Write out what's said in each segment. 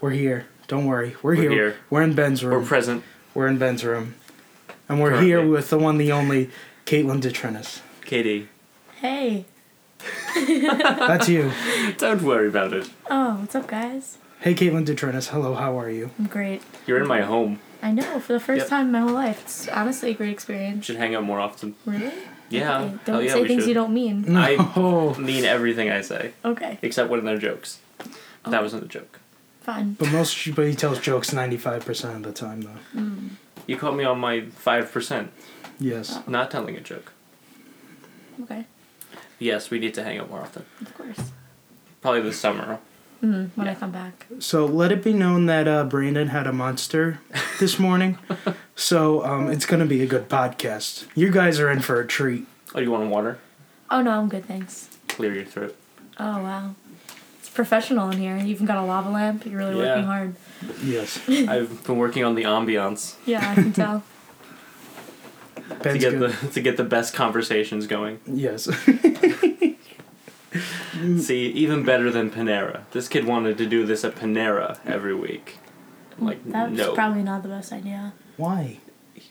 We're here. Don't worry. We're, We're here. here. We're in Ben's room. We're present. We're in Ben's room. And we're Currently. here with the one, the only Caitlin Detrenis. Katie, Hey. That's you. don't worry about it. Oh, what's up, guys? hey, Caitlin Detrenis. Hello, how are you? I'm great. You're in my home. I know, for the first Yep. time in my whole life. It's honestly a great We experience. should hang out more often. Really? Yeah. Okay, Hell Don't Uh, oh, yeah, say we things should. you don't mean. I- No. mean everything I say, Okay, except when they're jokes. Oh. That wasn't a joke. fine. But most but he tells jokes 95% of the time, though. You caught me on my 5%, Yes. not telling a joke. Okay, Yes, we need to hang out more often. of course. Probably this summer. Mm, when I Yeah. come back. So let it be known that uh, Brandon had a monster this morning. so um, it's going to be a good podcast. You guys are in for a treat. Oh, you want water? Oh, no, I'm good, thanks. Clear your throat. Oh, wow. It's professional in here. You even got a lava lamp. You're really Yeah. working hard. Yes. I've been working on the ambiance Yeah, I can tell. to Ben's get good. the to get the best conversations going. Yes. Mm. See, even better than Panera. This kid wanted to do this at Panera every week. I'm like That's no, probably not the best idea. Why?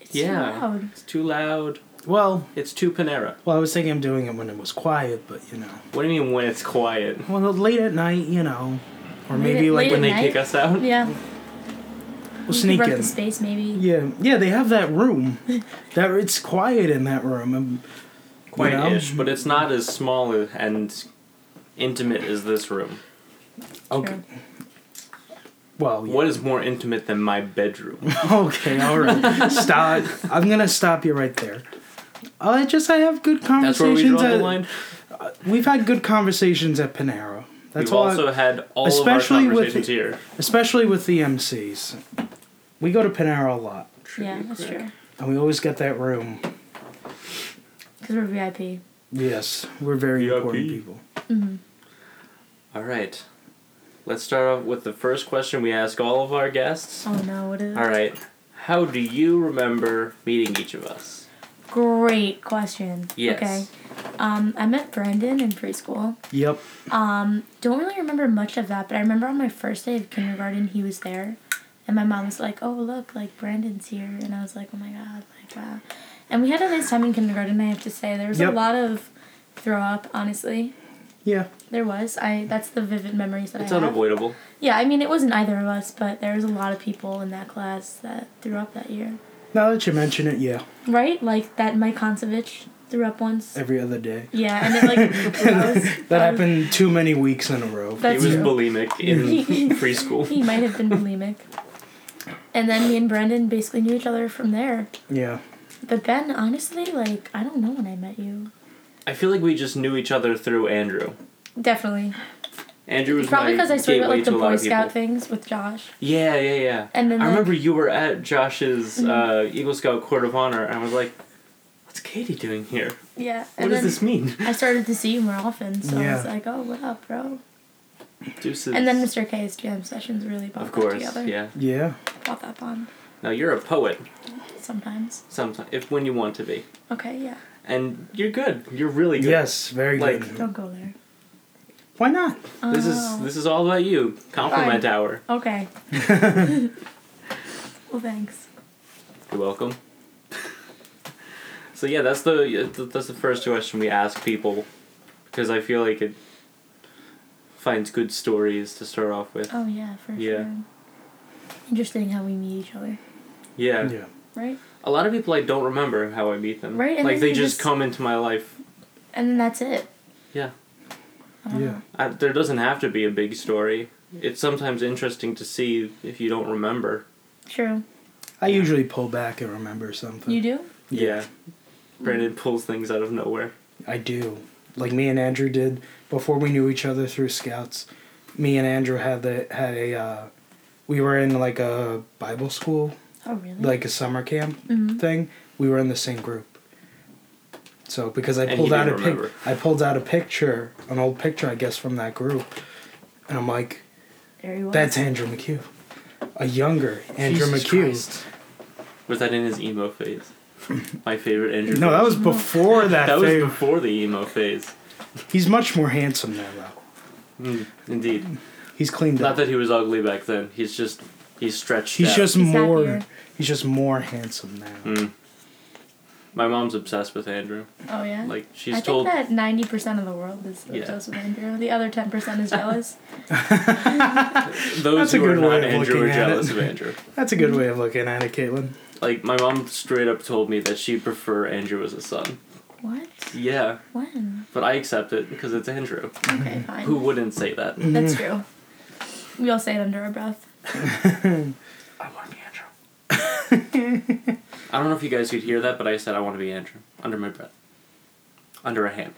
It's Yeah. too loud. it's too loud. Well, It's too Panera. well, I was thinking of doing it when it was quiet, but you know, What do you mean when it's quiet? well, late at night, you know, or Late maybe at- like late When at they night? kick us out? Yeah. we'll You sneak could rent in. the space, maybe. Yeah, yeah, they have that room. that it's quiet in that room. Um, Quite know? ish, but it's not as small and intimate as this room. Okay. Well, yeah. What is more intimate than my bedroom? okay, all right. stop. I'm gonna stop you right there. Uh, I just I have good That's where we conversations. draw the at- line. We've had good conversations at Panera. That's We've all. I- also had all of our especially with conversations the- here. especially with the MCs. We go to Panera a lot, Yeah, that's true. and we always get that room. Because we're VIP. Yes, we're very VIP. important people. All right. Let's start off with the first question we ask all of our guests. Oh, no, what is All right. How do you remember meeting each of us? Great question. Okay. Yes. Um, I met Brandon in preschool. Yep. Um, don't really remember much of that, but I remember on my first day of kindergarten, he was there, and my mom was like, "Oh, look, like Brandon's here," and I was like, "Oh my god, like wow." And we had a nice time in kindergarten. I have to say, there was Yep. a lot of throw up. Honestly, Yeah. there was. I that's the vivid memories that It's I have. unavoidable. Yeah, I mean, it wasn't either of us, but there was a lot of people in that class that threw up that year. Now that you mention it, yeah. Right, like that Mike Konsovich threw up once. Every other day. Yeah, and it like that, was, That happened too many weeks in a row. He That's was true. bulimic in preschool. He might have been bulimic. And then me and Brandon basically knew each other from there. yeah. But Ben, honestly, like I don't know when I met you. I feel like we just knew each other through Andrew. Definitely, Andrew was probably my because I started gateway about like the to a lot Boy of people. Scout things with Josh. Yeah, yeah, yeah. And then, I like- Mm-hmm. remember you were at Josh's uh, Eagle Scout Court of Honor, and I was like, "What's Katie doing here? Yeah, What and does then this mean?" I started to see you more often, so I was Yeah. like, "Oh, what up, bro?" Deuces. And then Mr. K's jam sessions really brought of that course, together. yeah. Yeah. Brought that bond Now you're a poet, sometimes. sometimes if when you want to be, Okay, yeah, and you're good. You're really good. Yes, very Like- good. don't go there. Why not? This is Oh, this is all about you. Compliment Fine. hour. okay. well, thanks. You're welcome. so yeah, that's the that's the first question we ask people, because I feel like it finds good stories to start off with. Oh yeah, for Yeah. sure. Interesting how we meet each other, Yeah. Yeah. right? A lot of people I don't remember how I meet them. Right, and like then they you just just- come into my life. And then that's it. Yeah. I don't Yeah. know. I, there doesn't have to be a big story. It's sometimes interesting to see if you don't remember. True. I usually pull back and remember something. You do? Yeah. Brandon pulls things out of nowhere. I do. Like me and Andrew did before we knew each other through scouts. Me and Andrew had the had a uh, we were in like a Bible school, Oh really? like a summer camp Mm-hmm. thing. We were in the same group. So because I And he pulled out a didn't pic- remember. I pulled out a picture, an old picture I guess from that group, and I'm like, there you that's Andrew McHugh, a younger Andrew Jesus McHugh. Christ. Was that in his emo phase? My favorite Andrew. No, that was before that. that was phase. before the emo phase. He's much more handsome now, though. Mm, indeed. He's cleaned Not up. that he was ugly back then. He's just he's stretched. He's out. just He's more. happier. He's just more handsome now. Mm. My mom's obsessed with Andrew. Oh yeah. Like I she's think told. that ninety percent of the world is Yeah. obsessed with Andrew. The other ten percent is jealous. Those That's a who are good way of not Andrew are looking at jealous it. of Andrew. That's a good way of looking at it, Caitlin. Like my mom straight up told me that she'd prefer Andrew as a son. what? Yeah, When? but I accept it because it's Andrew. Okay, fine. Mm-hmm. Who wouldn't say that? Mm-hmm. That's true. We all say it under our breath. I want to be Andrew. I don't know if you guys could hear that, but I said I want to be Andrew under my breath, under a hand.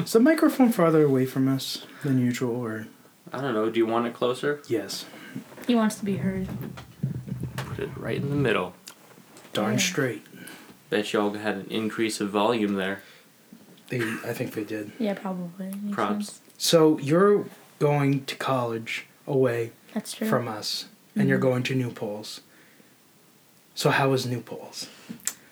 Is the microphone farther away from us than usual, or I don't know. Do you want it closer? yes, He wants to be heard. Put it right in the middle. darn Yeah. straight. Bet y'all had an increase of volume there. They, I think they did. Yeah, probably. Makes Props. sense. So you're going to college away That's true. from uh, us, and you're going to New Paltz. So how is New Paltz?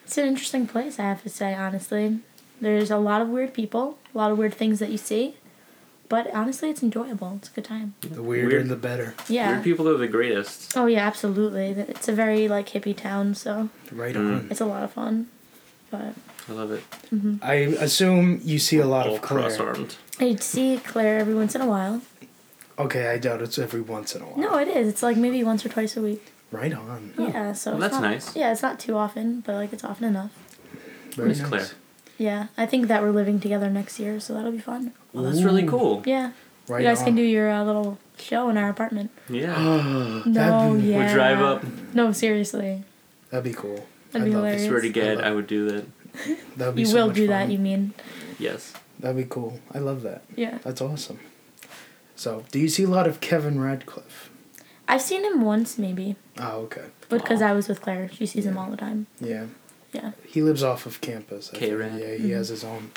It's an interesting place, I have to say, honestly. There's a lot of weird people, a lot of weird things that you see, but honestly, it's enjoyable. It's a good time. The weirder, Weird. the better. Yeah. Weird people are the greatest. Oh, yeah, absolutely. Th- It's a very, like, hippie town, so Right Mm. on. it's a lot of fun. But mm-hmm. I love it. I assume you see a lot All of Claire. cross armed. I see Claire every once in a while. Okay, I doubt it's every once in a while. No, it is. It's like maybe once or twice a week. Right on. Yeah, so Oh, Well, it's that's not- nice. Yeah, it's not too often, but like it's often enough. Very Miss nice. Claire. Yeah, I think that we're living together next year, so that'll be fun. Well, that's really Ooh. cool. Yeah, Right you guys on. can do your uh, little show in our apartment. Yeah. No, that'd be, yeah. We'll drive up. No, seriously, That'd be cool. That'd be I'd love I it. hilarious. swear to I God, love- I would do that. That'd be you so will much do fun. that. You mean? Yes. That'd be cool. I love that. Yeah, That's awesome. So, do you see a lot of Kevin Radcliffe? I've seen him once maybe, Oh, okay. but because I was with Claire, she sees him all the time. Yeah. Yeah, He lives off of campus. I think. K-Rad. Yeah, he has his own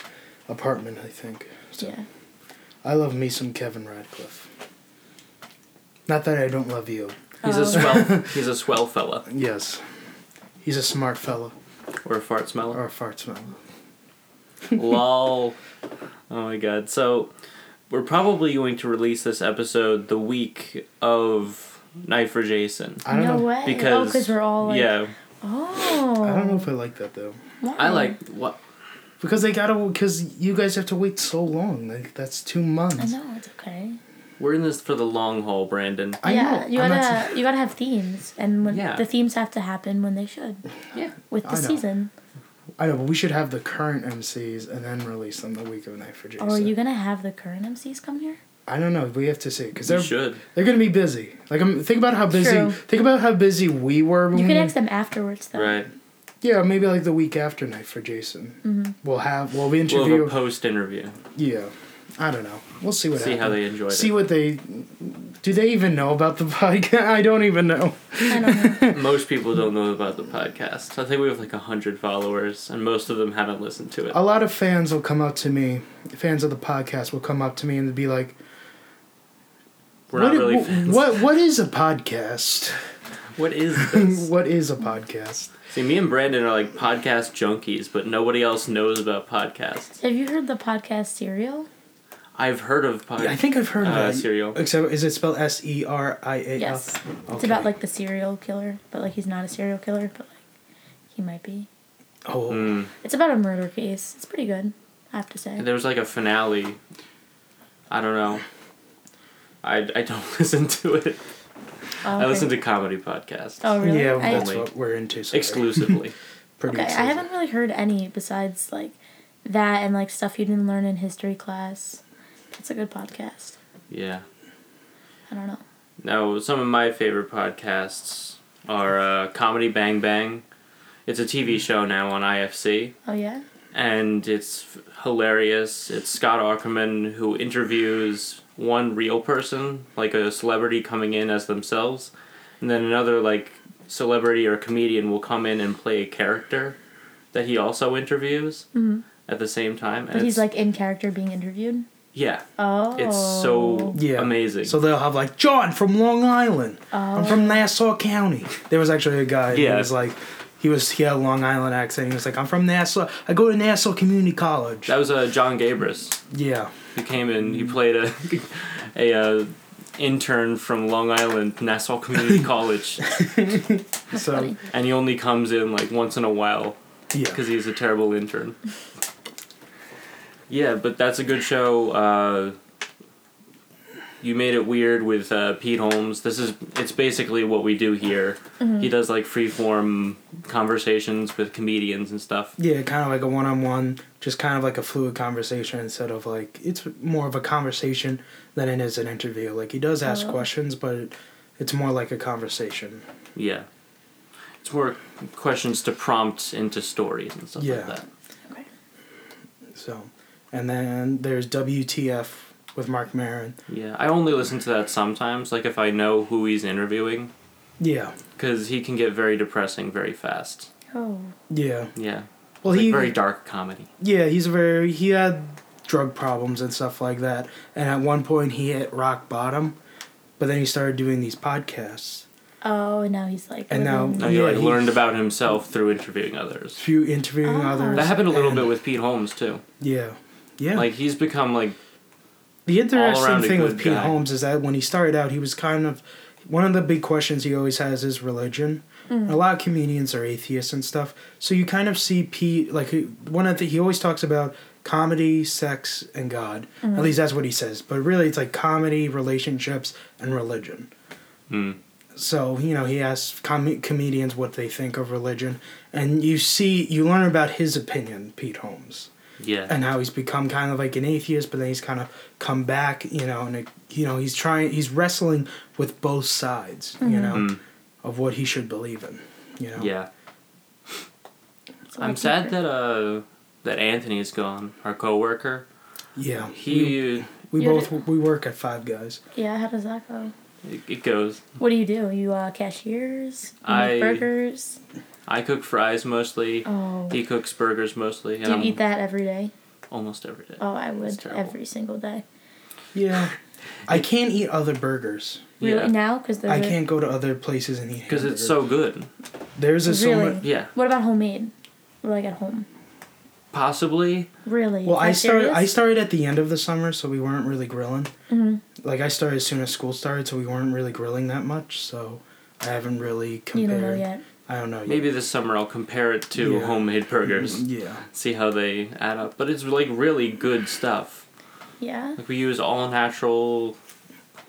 apartment, I think. So, Mm-hmm. yeah. I love me some Kevin Radcliffe. Not that I don't love you. He's Oh. a swell. he's a swell fella Yes. He's a smart fella. or a fart smeller. Or a fart smeller. Lol. Oh my God. So we're probably going to release this episode the week of Night for Jason I don't no know. way. oh, because because we're all like, yeah. Oh. I don't know if I like that though. I like what Because they gotta, because you guys have to wait so long. Like that's two months. I know it's okay. we're in this for the long haul, Brandon. I yeah, know. you I'm gotta not you gotta have themes, and when Yeah. the themes have to happen when they should. Yeah. With the I know. season, I know, but we should have the current MCs and then release them the week of Night for Jason. or are you gonna have the current MCs come here? I don't know. We have to see because You they're should. they're gonna be busy. Like, I'm, think about how busy. True. Think about how busy we were. When You we, can ask them afterwards, though. Right. yeah, maybe like the week after Night for Jason. Mm-hmm. We'll have we'll we We'll have interview. a post interview. yeah, I don't know. We'll see what See how happens. they enjoyed see what they do. They even know about the podcast. I don't even know. I don't know. it. Most people don't know about the podcast. I think we have like hundred followers, and most of them haven't listened to it. a lot of fans will come up to me, fans of the podcast will come up to me and be like, We're what not i- really wh- fans. what what is a podcast? What is this? what is a podcast? See, me and Brandon are like podcast junkies, but nobody else knows about podcasts. have you heard the podcast Serial? I've heard of podcasts. I think I've heard Uh, of that. cereal. Except is it spelled S E R I A L? Yes. It's about like the serial killer, but like he's not a serial killer, but like he might be. Oh, Hmm. It's about a murder case. It's pretty good, I have to say. there was like a finale. I don't know. I, I don't listen to it. Oh, I listen to comedy podcasts Oh really? yeah, I, that's Only. what we're into. Sorry. exclusively. Pretty okay, I exclusive. haven't really heard any besides like that and like stuff you didn't learn in history class. It's a good podcast. yeah. I don't know. No, some of my favorite podcasts are uh, Comedy Bang Bang. It's a Mm-hmm. TV show now on IFC, Oh yeah. and it's f- hilarious. It's Scott Ackerman who interviews one real person, like a celebrity coming in as themselves, and then another like celebrity or comedian will come in and play a character that he also interviews at the same time. And Mm-hmm. But it's- he's like in character being interviewed. yeah, Oh. it's so Yeah. amazing. So they'll have like John from Long Island. Oh. I'm from Nassau County. There was actually a guy Yeah. who was like, he was he had a Long Island accent. He was like, I'm from Nassau. I go to Nassau Community College. that was uh, John Gabris. yeah. He came in. He played a a uh, intern from Long Island Nassau Community College, That's So- funny. and he only comes in like once in a while Yeah. because he's a terrible intern. Yeah, but that's a good show. Uh, you made it weird with uh, Pete Holmes. This is it's basically what we do here. He does like free form conversations with comedians and stuff. Yeah, kind of like a one on one, just kind of like a fluid conversation instead of like it's more of a conversation than it is an interview. Like he does ask Oh. questions, but it, it's more like a conversation. Yeah, it's more questions to prompt into stories and stuff Yeah. like that. Okay. So, and then there's WTF with Mark Maron. Yeah, I only listen to that sometimes, like if I know who he's interviewing, Yeah, because he can get very depressing very fast. Oh. yeah. Yeah, Well, like he very dark comedy. yeah he's very he had drug problems and stuff like that, and at one point he hit rock bottom, but then he started doing these podcasts. Oh, and now he's like. And now- living- No, he Yeah, like he's- learned about himself through interviewing others. Few interviewing Oh. others. That happened a little and- bit with Pete Holmes too. Yeah, yeah. Like he's become like The all-around interesting a thing with good Pete guy. Holmes is that when he started out, he was kind of one of the big questions he always has is religion. A lot of comedians are atheists and stuff, so you kind of see Pete like he- one of the he always talks about comedy, sex, and God. At least that's what he says. But really, it's like comedy, relationships, and religion. Mm. So you know he asks com- comedians what they think of religion, and you see you learn about his opinion, Pete Holmes yeah, and how he's become kind of like an atheist, but then he's kind of come back, you know, and it, you know he's trying, he's wrestling with both sides, Mm-hmm. you know, of what he should believe in, you know. Mm. yeah. it's a lot I'm sad deeper. that uh that Anthony is gone. Our coworker. yeah. He we You're both we work at Five Guys. Yeah, how does that go? uh, it it goes. What do you do? You uh, cashiers? You I- make burgers? I cook fries mostly. Oh. He cooks burgers mostly, and do you I'm eat that every day? almost every day. Oh, I It's would terrible. every single day. Yeah, I can't eat other burgers. Yeah. Really now? Because I can't go to other places and eat. Because it's hamburgers. so good. There's a so Really? much. Yeah, What about homemade? Or like at home? possibly. Really? Well, Is I that started. I serious? started at the end of the summer, so we weren't really grilling. Mm-hmm. Like I started as soon as school started, so we weren't really grilling that much. So I haven't really You compared. don't know yet. I don't know. yet. Maybe this summer I'll compare it to Yeah. Mm-hmm. homemade burgers. Mm, Yeah. See how they add up. But it's like really good stuff. Yeah. Like we use all natural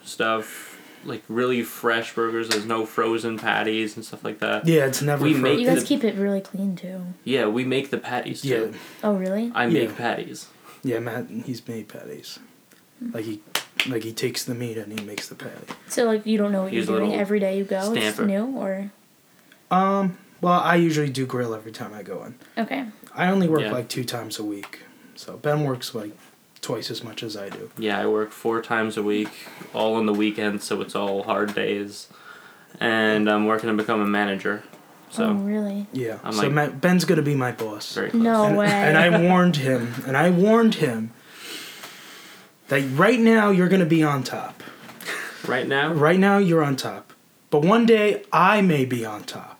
stuff, like really fresh burgers. There's no frozen patties and stuff like that. Yeah, it's never. We fro- make You guys the- keep it really clean too. Yeah, we make the patties Yeah, too. Oh, really? I Yeah. make patties. yeah. Matt, he's made patties. Like he, like he takes the meat and he makes the patty. So like you don't know what you're Here's a doing little every day you go. It's stamper. new or Um. Well, I usually do grill every time I go in. okay. I only work Yeah. like two times a week, so Ben works like twice as much as I do. Yeah, I work four times a week, all on the weekends, so it's all hard days. And I'm working to become a manager. oh, So really? Yeah. I'm so like- Matt, Ben's gonna be my boss. very close. No and, way. and I warned him, and I warned him that right now you're gonna be on top. Right now, Right now you're on top, but one day I may be on top,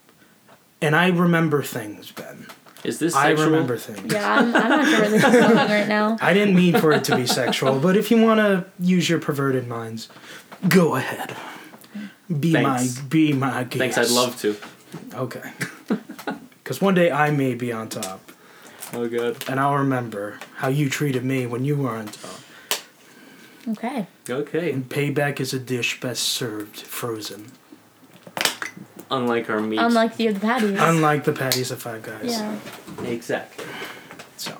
and I remember things, Ben. is this I sexual? remember things. yeah, I'm, I'm not sure where this is going right now. I didn't mean for it to be sexual, but if you want to use your perverted minds, go ahead. Be Thanks. my be my guest. Thanks, I'd love to. Okay. Because one day I may be on top, Oh god. and I'll remember how you treated me when you were on top. Okay. Okay. Payback is a dish best served frozen, Unlike our meat. Unlike the other patties. unlike the patties of Five Guys. yeah. exactly. So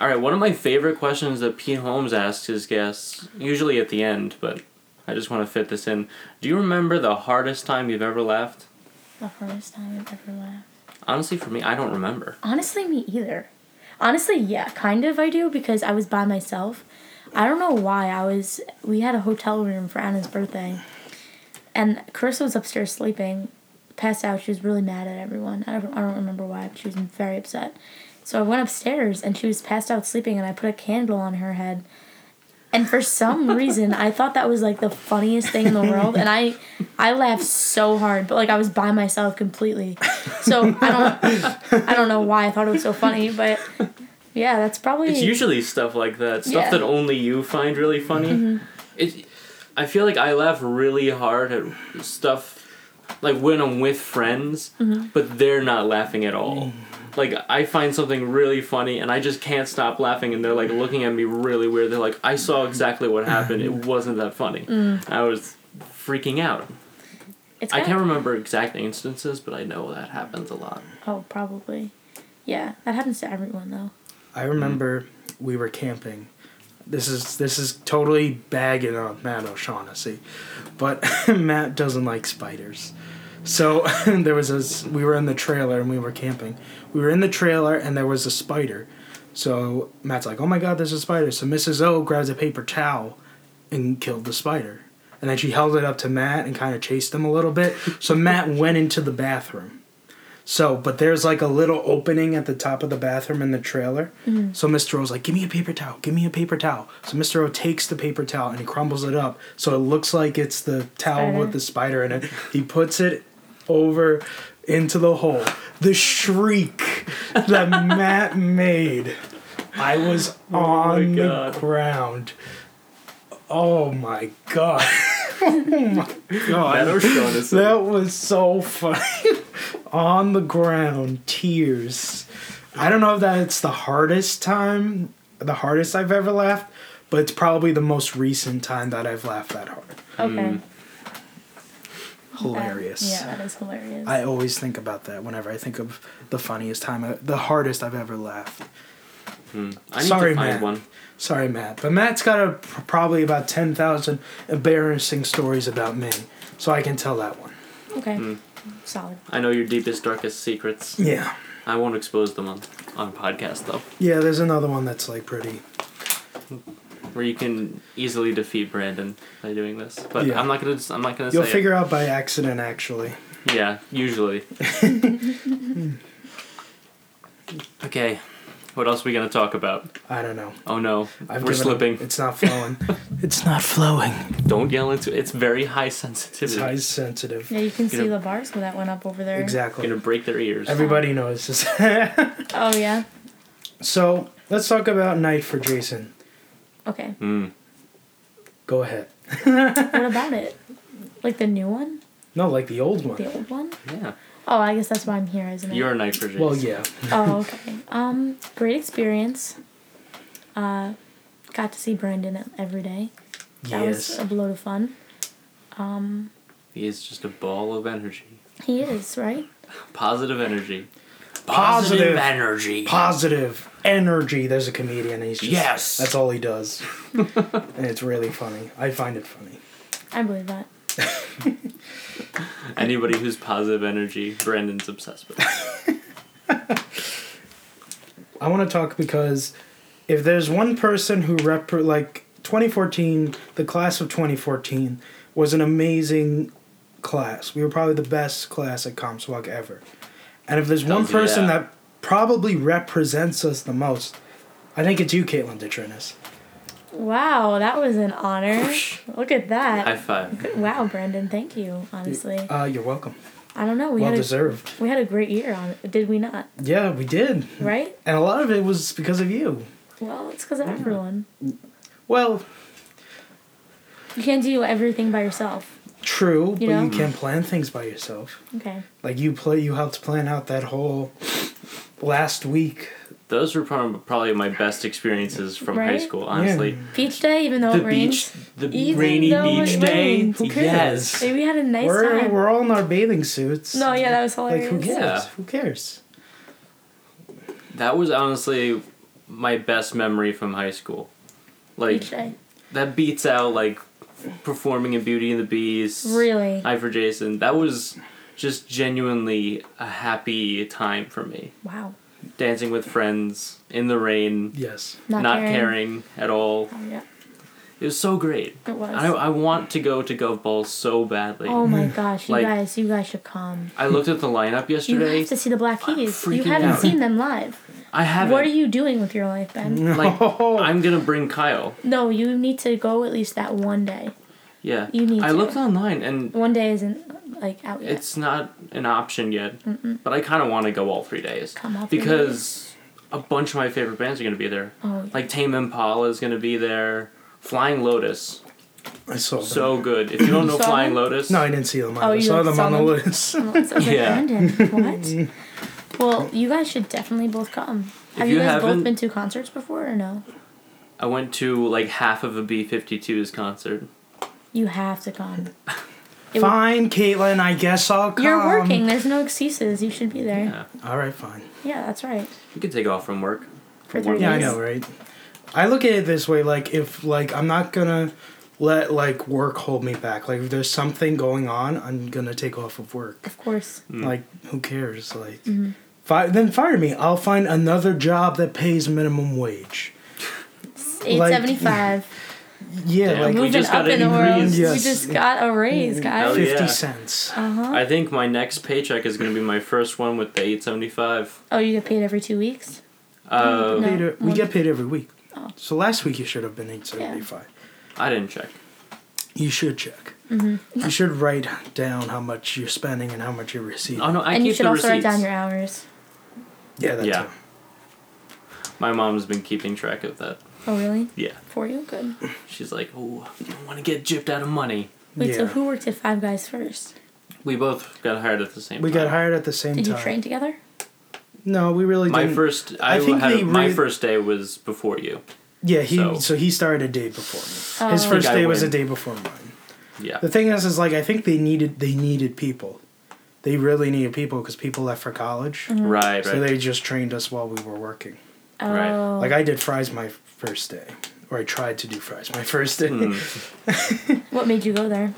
All right, one of my favorite questions that Pete Holmes asks his guests, usually at the end, but I just want to fit this in. Do you remember the hardest time you've ever laughed? The hardest time I've ever laughed. Honestly, for me, I don't remember. Honestly, me either. Honestly, yeah, kind of I do because I was by myself. I don't know why I was. We had a hotel room for Anna's birthday, and Carissa was upstairs sleeping, passed out. She was really mad at everyone. I don't, I don't remember why, but she was very upset. So I went upstairs and she was passed out sleeping, and I put a candle on her head. And for some reason, I thought that was like the funniest thing in the world, and I, I laughed so hard, but like I was by myself completely. So I don't. I don't know why I thought it was so funny, but yeah, that's probably It's usually stuff like that, stuff Yeah. that only you find really funny. It, I feel like I laugh really hard at stuff like when I'm with friends, but they're not laughing at Mm. all. Like I find something really funny and I just can't stop laughing and they're like looking at me really weird. They're like, I saw exactly what happened. Mm. It wasn't that funny. I was freaking out. It's I kinda- can't remember exact instances, but I know that happens a lot. Oh, probably. Yeah, that happens to everyone though. I remember we were camping. This is this is totally bagging on Matt O'Shaughnessy, but Matt doesn't like spiders. So there was a we were in the trailer and we were camping. We were in the trailer and there was a spider. So Matt's like, "Oh my God, there's a spider!" So Mrs. O grabs a paper towel and killed the spider. And then she held it up to Matt and kind of chased him a little bit. So Matt went into the bathroom. So, but there's like a little opening at the top of the bathroom in the trailer. So Mr. O's like, "Give me a paper towel. Give me a paper towel." So Mr. O takes the paper towel and he crumbles it up, so it looks like it's the towel Spider. with the spider in it. He puts it over into the hole. The shriek that Matt made. I was Oh on the God. ground. Oh my god. oh my god. Matt O'Shaughnessy. That was so funny. On the ground, tears. I don't know if that's the hardest time, the hardest I've ever laughed, but it's probably the most recent time that I've laughed that hard. Okay. That- Hilarious. yeah, that is hilarious. I always think about that whenever I think of the funniest time, I- the hardest I've ever laughed. I need Sorry, to find Matt. one. Sorry, Matt, but Matt's got a, probably about ten thousand embarrassing stories about me, so I can tell that one. okay. Solid. I know your deepest, darkest secrets. Yeah, I won't expose them on, on podcast though, yeah. There's another one that's like pretty. where you can easily defeat Brandon by doing this. But Yeah. I'm not gonna. I'm not gonna You'll say. figure out by accident, actually. It. Yeah, usually. okay, what else are we gonna talk about? I don't know. Oh no, I've we're given slipping. up. It's not flowing. it's not flowing. Don't yell into. It's very high It's sensitivity. high sensitive. Yeah, you can see know- the bars when that went up over there. Exactly. You're gonna break their ears. Everybody knows this. Oh yeah. so let's talk about night for Jason. Okay. Mm. Go ahead. what about it? Like the new one, No, like the old one. the old one. Yeah, Oh, I guess that's why I'm here, isn't it? you're a night virgin. Well, yeah. Oh, okay. Um, great experience. Uh, got to see Brandon every day. That was Yes. a load of fun. Um, He is just a ball of energy, he is right. positive energy, Positive. energy. Positive energy. There's a comedian. He's just, Yes. That's all he does. and it's really funny. I find it funny. I believe that. Anybody who's positive energy, Brandon's obsessed with. I want to talk because if there's one person who rep like 2014, the class of 2014 was an amazing class. We were probably the best class at Comswag ever. And if there's one Tells you person that. that probably represents us the most, I think it's you, Caitlin Detrinis. Wow, that was an honor. Look at that. High five. wow, Brandon, thank you. Honestly, Uh, you're welcome. I don't know. We Well had a, deserved. we had a great year on it, did we not? Yeah, we did. Mm-hmm. Right? And a lot of it was because of you. Well, it's because of everyone. Well, You can't do everything by yourself. true, but know? you can plan things by yourself. Okay. Like you play, you helped plan out that whole last week Those were prob- probably my best experiences from high Right? school, honestly. Yeah. Beach day, even though The it rains. beach, the Even rainy though it beach day. rains. Who Yes. cares? Maybe we had a nice we're, time. we're all in our bathing suits. No, yeah, that was Like, hilarious. who cares? Yeah. Who cares? That was honestly my best memory from high school. Like, Beach day. that beats out, like, performing in Beauty and the Beast. Really? I for Jason. That was just genuinely a happy time for me. Wow. Dancing with friends, in the rain, Yes. Not, caring at all. Oh, yeah. It was so great. It was. I, I want to go to Gov Ball so badly. oh my gosh, you Like- guys, you guys should come. I looked at the lineup You yesterday. have to see the Black Keys. You freaking haven't out. seen them live. I haven't. Mm. What are you doing with your life, Ben? Like, I'm gonna bring Kyle. No, you need to go at least that one day. Yeah. You need I to. looked online and One day isn't like out yet. it's not an option yet, but I kind of want to go all three days Come all three because a bunch of my favorite bands are gonna be there. Oh, yeah. Like Tame Impala is gonna be there. Flying Lotus. I saw them. So good. If you don't know Saw Flying them? Lotus, no, I didn't see them. Oh, either. I you saw them saw on the them? list. Well, it's like, Yeah. Brandon, what? Well, you guys should definitely both come. If Have you, you guys both haven't- been to concerts before or no? I went to like half of a B52's concert. You have to come. It would- Fine, Caitlin. I guess I'll come. You're working. There's no excuses. You should be there. Yeah, Yeah, All right, fine. that's right. you can take off from work. For Work three Yeah, I days. know, right? I look at it this way: like if like I'm not gonna let like work hold me back. Like if there's something going on, I'm gonna take off of work. Of course. Mm. Like who cares? Like Mm-hmm. fi- then fire me. I'll find another job that pays minimum wage. It's 875. Yeah, Damn. like we Moving just up got in the an world. increase. We Yes. Mm-hmm. just got a raise, Oh, guys. fifty yeah. cents. Uh-huh. I think my next paycheck is going to be my first one with the 875. Oh, you get paid every two weeks? Uh, Mm, No. Paid e- we one- get paid every week. Mm. Oh. So last week you should have been eight seventy five. I didn't check. You should check. Mm-hmm. You should write down how much you're spending and how much you're receiving. Oh no, I and keep you should the also write receipts. down your hours. yeah, that's Yeah. it. My mom's been keeping track of that. Oh, really? Yeah, For you? Good. she's like, oh, you don't want to get gypped out of money. Wait, so Yeah. who worked at Five Guys first? We both got hired at the same We time. got hired at the same Did time. you train together? No, we really My didn't. first, I I, think had they my re- first day was before you. yeah, he so. so- he started a day before me. Oh. His I think first I day was a win. day before mine. Yeah, The thing is, is like I think they needed they needed people. They really needed people because people left for college, Mm-hmm. Mm-hmm. right, right. so they just trained us while we were working. Oh. Right. Like I did fries my first day, or I tried to do fries my first day. Mm. what made you go there?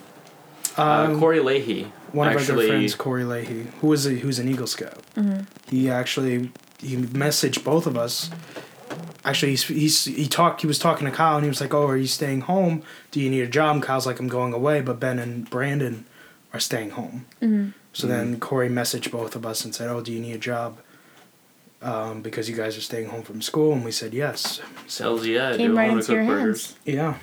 Um, uh, Corey Leahy. one of actually, our good friends, Corey Leahy, who was a, who's an Eagle Scout. He actually he messaged both of us. Actually, he's, he's he talked. He was talking to Kyle, and he was like, "Oh, are you staying home? Do you need a job?" And Kyle's like, "I'm going away," but Ben and Brandon are staying home. So Mm-hmm. then Corey messaged both of us and said, "Oh, do you need a job?" Um, because you guys are staying home from school, and we said yes. So Tells you, yeah, I Came do right want into to cook your burgers. hands. yeah.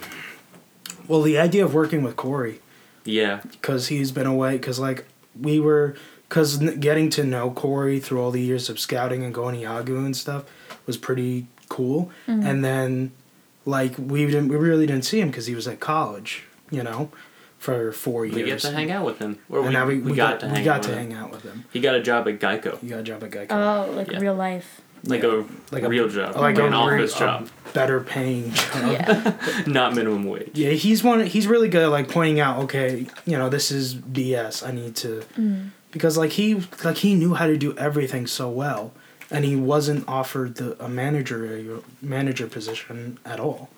Well, the idea of working with Corey Yeah, because he's been away. Because like we were, because getting to know Corey through all the years of scouting and going to Yagu and stuff was pretty cool. And then, like we didn't, we really didn't see him because he was at college, you know, for four years. we get to hang out with him, or And we, now we, we, got, to hang. we got out to with him. hang out with him. He got a job at Geico, You got a job at Geico. Oh, like Yeah. real life. like Yeah. a Like a- real job, like like, a an re- office a- job, Better paying Uh-huh. job. Yeah. Yeah. not minimum wage. he's one. He's really good at like pointing out. Okay, you know this is BS. I need to because like he like he knew how to do everything so well and he wasn't offered the a manager a manager position at all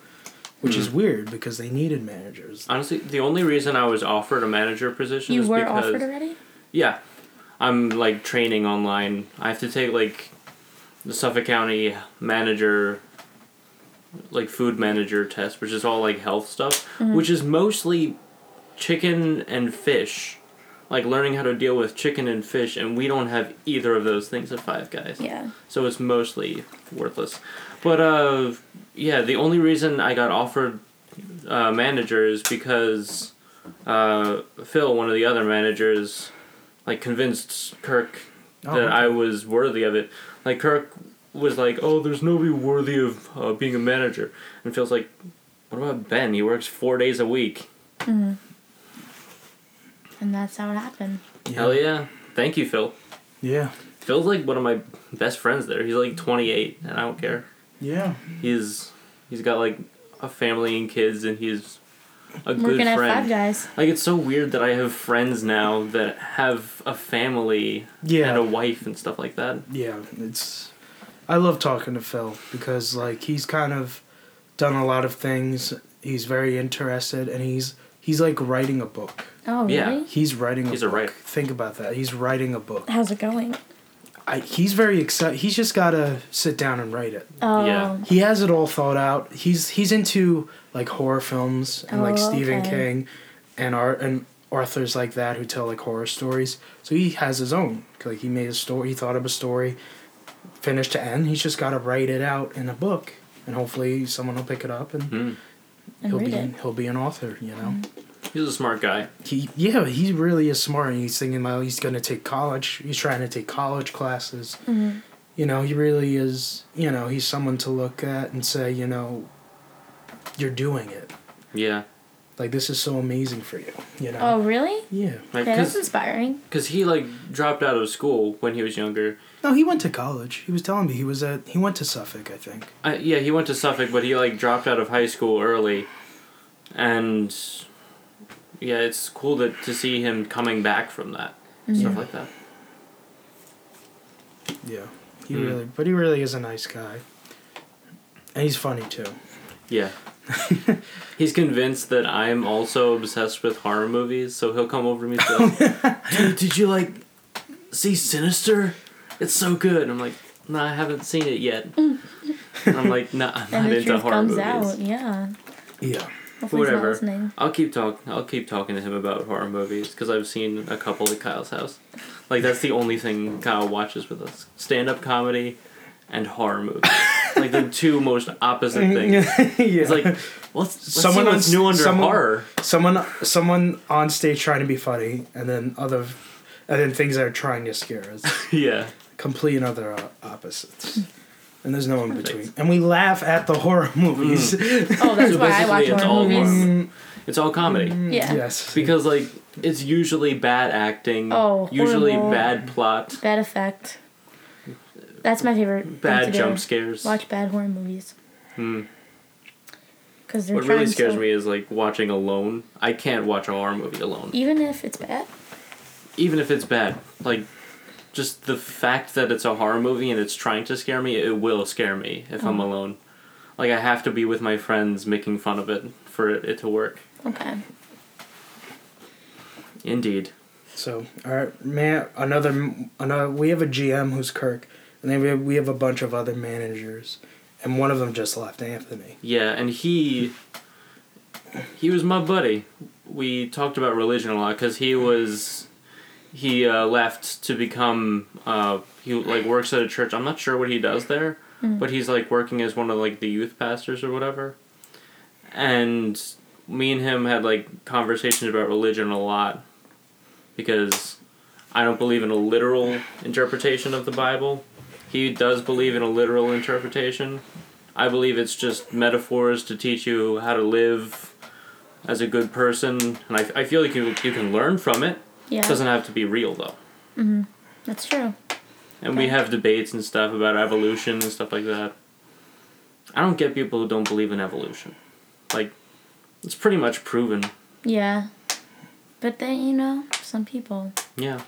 which Mm. is weird because they needed managers Honestly, the only reason I was offered a manager position you is were because offered already? yeah, I'm like training online. I have to take like the Suffolk County manager, like food manager test, which is all like health stuff, Mm-hmm. which is mostly chicken and fish, like learning how to deal with chicken and fish, and we don't have either of those things at Five Guys. Yeah. So it's mostly worthless. But uh, yeah, the only reason I got offered uh, manager is because uh, Phil, one of the other managers, like convinced Kirk Oh, that okay. Uh, I was worthy of it. Like Kirk was like, "Oh, there's nobody worthy of uh, being a manager," and Phil's like, "What about Ben? He works four days a week." And that's how it happened. yeah. Hell yeah! Thank you, Phil. yeah Phil's like one of my best friends there. He's like 28, and I don't care. yeah he's he's got like a family and kids and he's a good Working at Five friend Guys. like it's so weird that i have friends now that have a family Yeah. and a wife and stuff like that yeah it's i love talking to phil because like he's kind of done a lot of things he's very interested and he's he's like writing a book Oh, Yeah. really? he's writing a He's a book writer. think about that he's writing a book How's it going? I, he's very excited he's just gotta sit down and write it Oh. Yeah. he has it all thought out. He's he's into like horror films and like Oh, Stephen okay. King and art and authors like that who tell like horror stories. So he has his own. Like he made a story, he thought of a story, finished to end. He's just got to write it out in a book, and hopefully someone will pick it up and Mm. And he'll read be it. he'll be an author. You know, he's a smart guy he yeah he really is smart. And he's thinking about he's gonna take college. He's trying to take college classes Mhm. you know, he really is, you know, he's someone to look at and say, you know, you're doing it. yeah like this is so amazing for you, you know? Oh, really? Yeah. Like, Okay, that's cause, inspiring. 'cause he like dropped out of school when he was younger. No, he went to college. He was telling me he was at he went to Suffolk, I think. Uh, yeah, he went to Suffolk, but he like dropped out of high school early, and yeah, it's cool to to see him coming back from that stuff like that. Yeah. He Hmm. really but he really is a nice guy. And he's funny too. Yeah. He's convinced that I'm also obsessed with horror movies, so he'll come over to me and be like, Dude, did you like see Sinister? It's so good. I'm like, nah, I haven't seen it yet. And I'm like, nah, I'm And not the into truth horror comes movies. out. Yeah. Yeah. Hopefully he's not Whatever. listening. I'll keep talking. I'll keep talking to him about horror movies because I've seen a couple at Kyle's house. Like that's the only thing Kyle watches with us: stand-up comedy and horror movies. like the two most opposite things. yeah. It's like, what's, what's Someone someone on new under someone- horror? someone someone on stage trying to be funny and then other and then things that are trying to scare us. Yeah, complete and other uh, opposites. And there's no in between. Perfect. Mm. And we laugh at the horror movies. Oh, that's So why I basically watch it's horror all movies. horror. Mm, it's all comedy Yeah. Yes. because like it's usually bad acting, Oh, usually horrible. bad plot, Bad effect. That's my favorite. thing to bad do. jump scares. Watch bad horror movies. Hmm. Because they're What trying really scares so- me is like watching alone. I can't watch a horror movie alone. Even if it's bad. even if it's bad, like just the fact that it's a horror movie and it's trying to scare me, it will scare me if Oh. I'm alone. Like I have to be with my friends making fun of it for it, it to work. Okay. Indeed. So, all right, man. Another, another. We have a GM who's Kirk, and then we have, we have a bunch of other managers, and one of them just left, Anthony. Yeah, and he he was my buddy. We talked about religion a lot cuz he was he uh, left to become uh, he like works at a church. I'm not sure what he does there, but he's like working as one of like the youth pastors or whatever. And me and him had like conversations about religion a lot because I don't believe in a literal interpretation of the Bible. He does believe in a literal interpretation. I believe it's just metaphors to teach you how to live as a good person, and I, I feel like you, you can learn from it. Yeah. It doesn't have to be real though. That's true. And we have debates and stuff about evolution and stuff like that. I don't get people who don't believe in evolution. Like, it's pretty much proven. Yeah. But then, you know, some people. Yeah.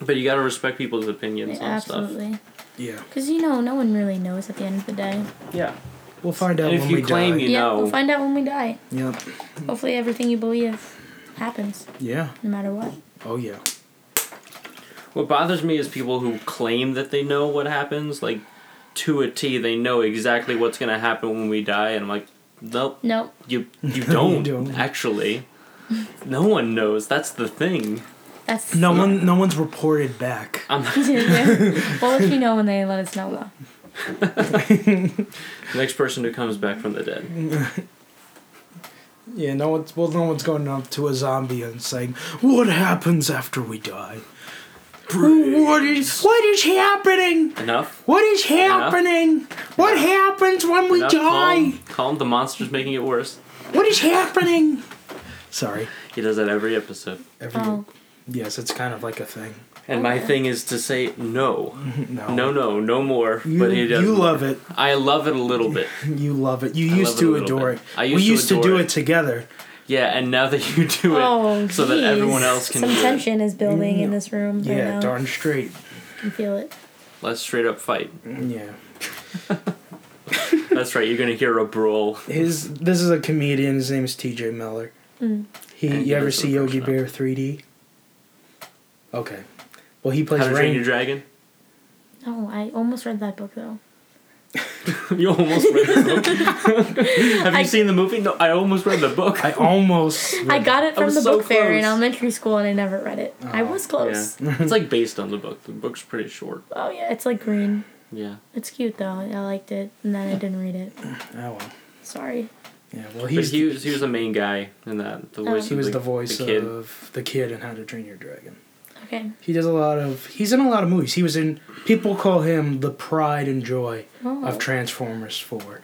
But you gotta respect people's opinions on absolutely. Yeah, Because, you know, no one really knows at the end of the day. stuff. Yeah. we'll find out And if when you we claim die. you- yeah, know. we'll find out when we die. Yep. Hopefully, everything you believe happens, Yeah. no matter what. Oh yeah. What bothers me is people who claim that they know what happens, like to a T, they know exactly what's gonna happen when we die, and I'm like, nope, Nope. you you don't, don't. actually. No one knows. That's the thing. That's No one, no one's reported back. I'm we'll let you know when they let us know though. the next person who comes back from the dead. Yeah, no one's. Well, no one's going up to a zombie and saying, "What happens after we die? What is what is happening? Enough. What is happening? What happens when we Enough. die? Calm, calm. The monster's making it worse. What is happening?" Sorry. He does that every episode. Every, Oh, Yes, it's kind of like a thing. And my thing is to say no, No, no, no, no more. You, but he does. you love it. I love it a little bit. You love it. You I used love it a to little adore bit. it. I we used to used to, do adore it it. together. Yeah, and now that you do it, oh so that everyone geez. else can Some do it. tension is building in this room right Yeah, now. darn straight. I can feel it. Let's straight up fight. Yeah. That's right. You're gonna hear a brawl. His this is a comedian. His name is T.J. Miller. Mm. He And he you ever does the see Yogi impression Bear 3D? Okay. Well, he How plays to Train Your Rain. Dragon. Oh, I almost read that book though. you almost read the book. Have you I- seen the movie? No, I almost read the book. I almost. I got it from was the so book fair in close. elementary school, and I never read it. I Oh, was yeah, close. it's like based on the book. The book's pretty short. Oh yeah, it's like green. Yeah, It's cute though. I liked it, and then I didn't read it. Oh well. Sorry. Yeah. Well, but he's he was he was the main guy in that. The voice. Oh. he was of the voice the kid. of the kid in How to Train Your Dragon. Okay. He does a lot of. He's in a lot of movies. He was in. People call him the pride and joy Oh. of Transformers Four.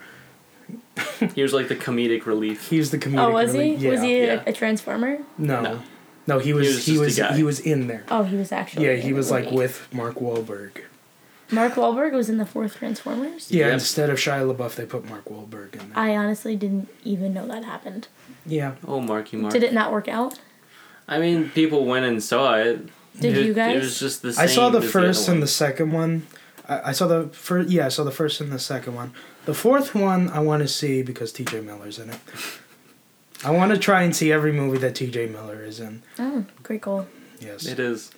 he was like the comedic relief. He was the comedic. Oh, was he? relief. Yeah. was he a, yeah. a transformer? No. No. no. he was. was He just a was. He guy. was, in there. Oh, he was actually. Yeah, in he the was like movie. with Mark Wahlberg. Mark Wahlberg was in the fourth Transformers. Yeah, Yep. instead of Shia LaBeouf, they put Mark Wahlberg in there. I honestly didn't even know that happened. yeah, Oh, Marky Mark. Did it not work out? I mean, people went and saw it. Did it, you guys? It was just the same. I saw the as first other and the one. second one. I, I saw the first. Yeah, I saw the first and the second one. The fourth one I want to see because T.J. Miller's in it. I want to try and see every movie that T.J. Miller is in. oh, great goal. Yes, It is.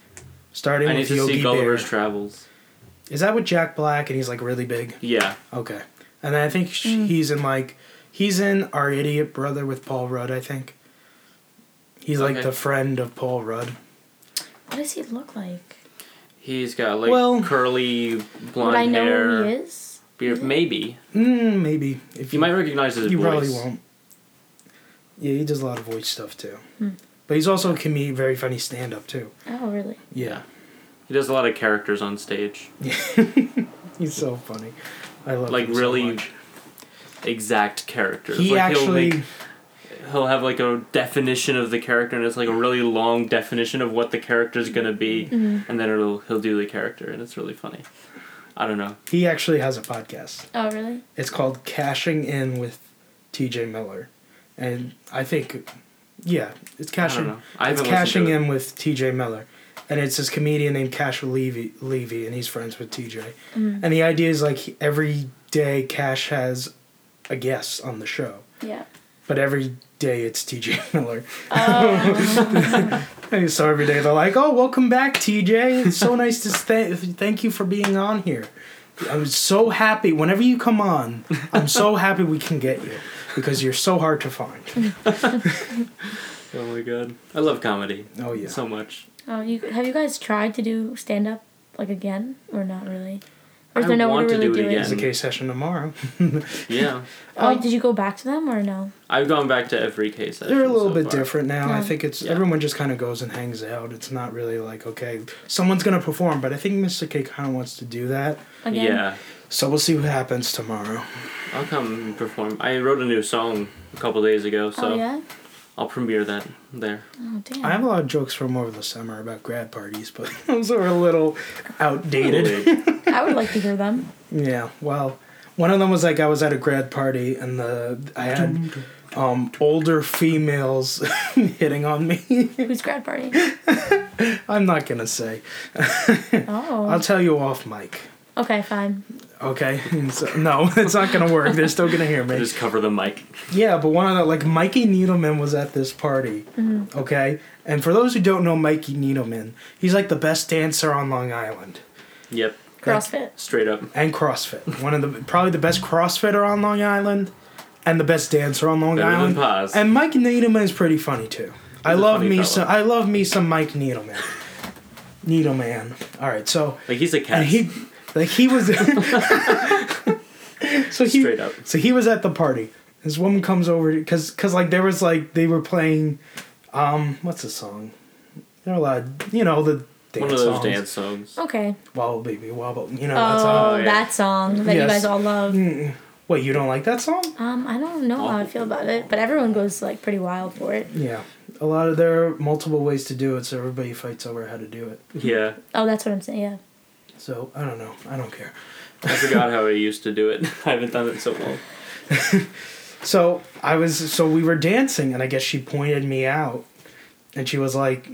starting I need with to Yogi see Bear. Gulliver's Travels. is that with Jack Black and he's like really big? Yeah. Okay, and then I think sh he's in like he's in Our Idiot Brother with Paul Rudd. I think he's like Okay. the friend of Paul Rudd. What does he look like? He's got like Well- curly blonde Would I know hair. who he is? Beard. Maybe. Mm, maybe if You might recognize his you voice. probably won't. Yeah, he does a lot of voice stuff too. But he's also a comedian, very funny stand up too. Oh, really? Yeah. He does a lot of characters on stage. He's so funny. I love Like him so really much. exact characters. He like actually he'll, like, he'll have like a definition of the character, and it's like a really long definition of what the character's gonna be, Mm-hmm. Mm-hmm. and then it'll he'll do the character, and it's really funny. I don't know. he actually has a podcast. Oh, really? It's called Cashing In with TJ Miller. And I think yeah, it's I don't cashing know. I it's haven't cashing listened to it. in with TJ Miller. And it's this comedian named Cash Levy, Levy and he's friends with TJ. Mm-hmm. And the idea is like he- every day Cash has a guest on the show. Yeah. but every day it's TJ Miller. Oh, And so every day they're like, "Oh, welcome back, TJ. It's so nice to stay. Thank you for being on here. I'm so happy. Whenever you come on, I'm so happy we can get you because you're so hard to Mm-hmm. find." Oh my god, I love comedy Oh yeah. so much. oh you, have you guys tried to do stand up like again or not really? Or is I there no one want to to really do it do it? There's a K session tomorrow. Yeah, Oh, did you go back to them or no? I've gone back to every case. They're a session little so bit far. different now. I Yeah. think it's Yeah. everyone just kind of goes and hangs out. It's not really like okay, someone's gonna perform, but I think Mr. K kind of wants to do that. Again? Yeah, So we'll see what happens tomorrow. I'll come and perform. I wrote a new song a couple days ago, so Oh yeah. I'll premiere that there. Oh damn. I have a lot of jokes from over the summer about grad parties, but those are a little outdated. I would like to hear them. Yeah, well, one of them was like I was at a grad party and the I had um, older females hitting on me. Who's grad party? I'm not gonna say. I'll Oh. tell you off mic. Okay, fine. Okay, So- no, it's not gonna work. They're still gonna hear me. Just cover the mic. Yeah, but one of the like Mikey Needleman was at this party. Okay, and for those who don't know Mikey Needleman, he's like the best dancer on Long Island. Yep, CrossFit. straight up. and CrossFit. One of the probably the best CrossFitter on Long Island, and the best dancer on Long Better than Island. Paz. And Mike Needleman is pretty funny too. I a love funny me fella. some. I love me some Mike Needleman. Needleman. All right, so Like he's a cat. and he like he was so he Straight up. so he was at the party this woman comes over because because like there was like they were playing um what's the song there are a lot of, you know the dance One of those songs. dance songs. Okay. wobble baby wobble you know Oh, that song yeah. that song that Yes. you Hmm. guys all love. wait you don't like that song Um, I don't know how I feel about it, but everyone goes like pretty wild for it. Yeah. A lot of there are multiple ways to do it, so everybody fights over how to do it. Yeah, Oh, that's what I'm saying. Yeah. So I don't know. I don't care. I forgot how I used to do it. I haven't done it in so long. So I was so we were dancing and I guess she pointed me out and she was like,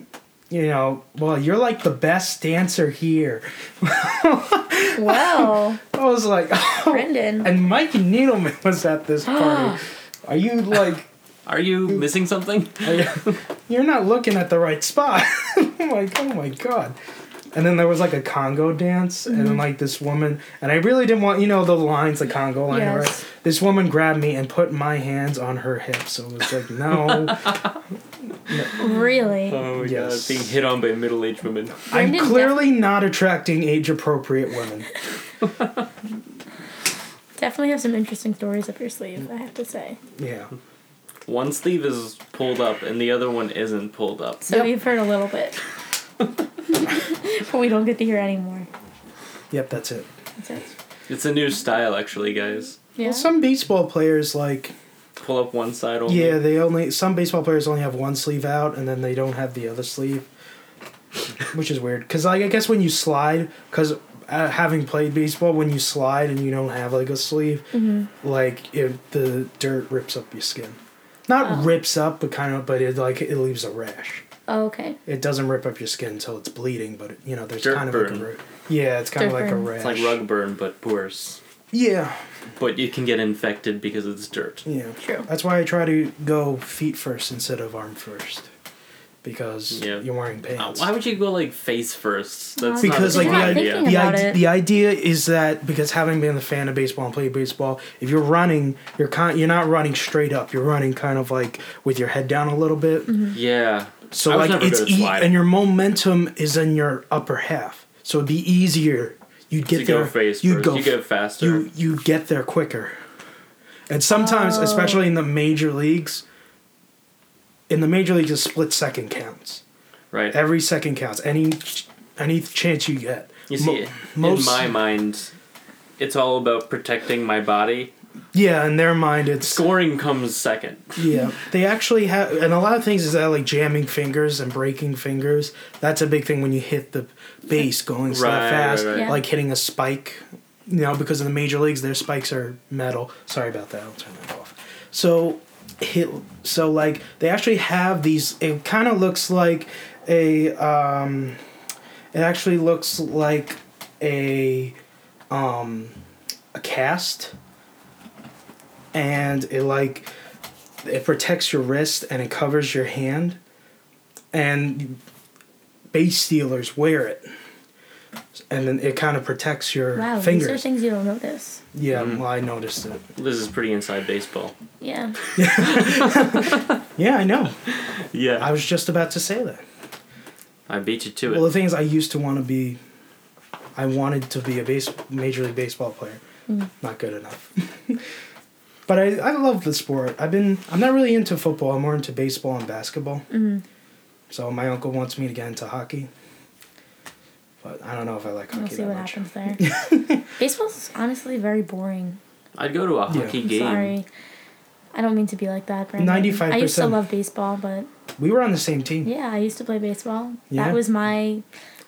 you know, well, you're like the best dancer here. Wow, I was like, Brendan. and Mike Needleman was at this party. Are you like Are you missing something? are you- you're not looking at the right spot. I'm like, oh my god. And then there was like a Congo dance, and then like this woman, and I really didn't want, you know, the lines, the Congo line, Yes. right? This woman grabbed me and put my hands on her hips, so it was like, no, really? Oh my Yes. god, being hit on by middle-aged women. I'm Brendan clearly not attracting age-appropriate women. Definitely have some interesting stories up your sleeve, I have to say. Yeah, One sleeve is pulled up and the other one isn't pulled up. So Yep. we've heard a little bit. but we don't get to hear anymore. yep, that's it. That's it. It's a new style, actually, guys. Yeah. Well, some baseball players like Pull up one side only. yeah, they only some baseball players only have one sleeve out and then they don't have the other sleeve, which is weird. Cause like I guess when you slide, cause uh, having played baseball, when you slide and you don't have like a sleeve, Mm-hmm. like it, the dirt rips up your skin. Not Oh. rips up, but kind of, but it like it leaves a rash. Oh, okay. It doesn't rip up your skin until it's bleeding, but you know there's Dirt kind of like burn. a ra- yeah, it's kind Dirt of like burn. a rash. It's like rug burn, but worse. Yeah, But you can get infected because it's dirt. yeah. True. That's why I try to go feet first instead of arm first, because Yeah. you're wearing Uh, pants. why would you go like face first? That's because not like a the, You're not good idea, thinking idea. the, about idea, it. the idea is that because having been a fan of baseball and played baseball, if you're running, you're kind you're not running straight up. You're running kind of like with your head down a little bit. Mm-hmm. Yeah. So I was like never it's good at e- sliding. and your momentum is in your upper half. So it'd be easier. You'd get to there. go face you'd first. go you f- get faster. you you get there quicker. And sometimes, Oh. especially in the major leagues, in the major leagues, a split second counts. right. Every second counts. Any any chance you get. you Mo- see, in most- my mind, it's all about protecting my body. Yeah, in their mind, it's Scoring comes second. yeah. They actually have, and a lot of things is that like jamming fingers and breaking fingers. That's a big thing when you hit the base going so Right, fast, right, right. like hitting a spike. You know, because in the major leagues, their spikes are metal. Sorry about that. I'll turn that off. So hit. So like they actually have these. It kind of looks like a. Um, it actually looks like a um, a cast, and it like it protects your wrist and it covers your hand, and base stealers wear it, and then it kind of protects your Wow, fingers. these are things you don't notice. yeah, well, I noticed it. This is pretty inside baseball. Yeah. Yeah, I know. Yeah. I was just about to say that. I beat you to it. Well, the thing is, I used to want to be. I wanted to be a base major league baseball player. Not good enough. but I, I love the sport. I've been I'm not really into football. I'm more into baseball and basketball. Mm-hmm. So my uncle wants me to get into hockey. But I don't know if I like We'll hockey see that what much. happens there. Baseball's honestly very boring. I'd go to a Yeah. hockey I'm I'm game. sorry. I don't mean to be like that, Brandon. I used to 95%. love baseball, but We were on the same team. yeah, I used to play baseball. Yeah. That was my.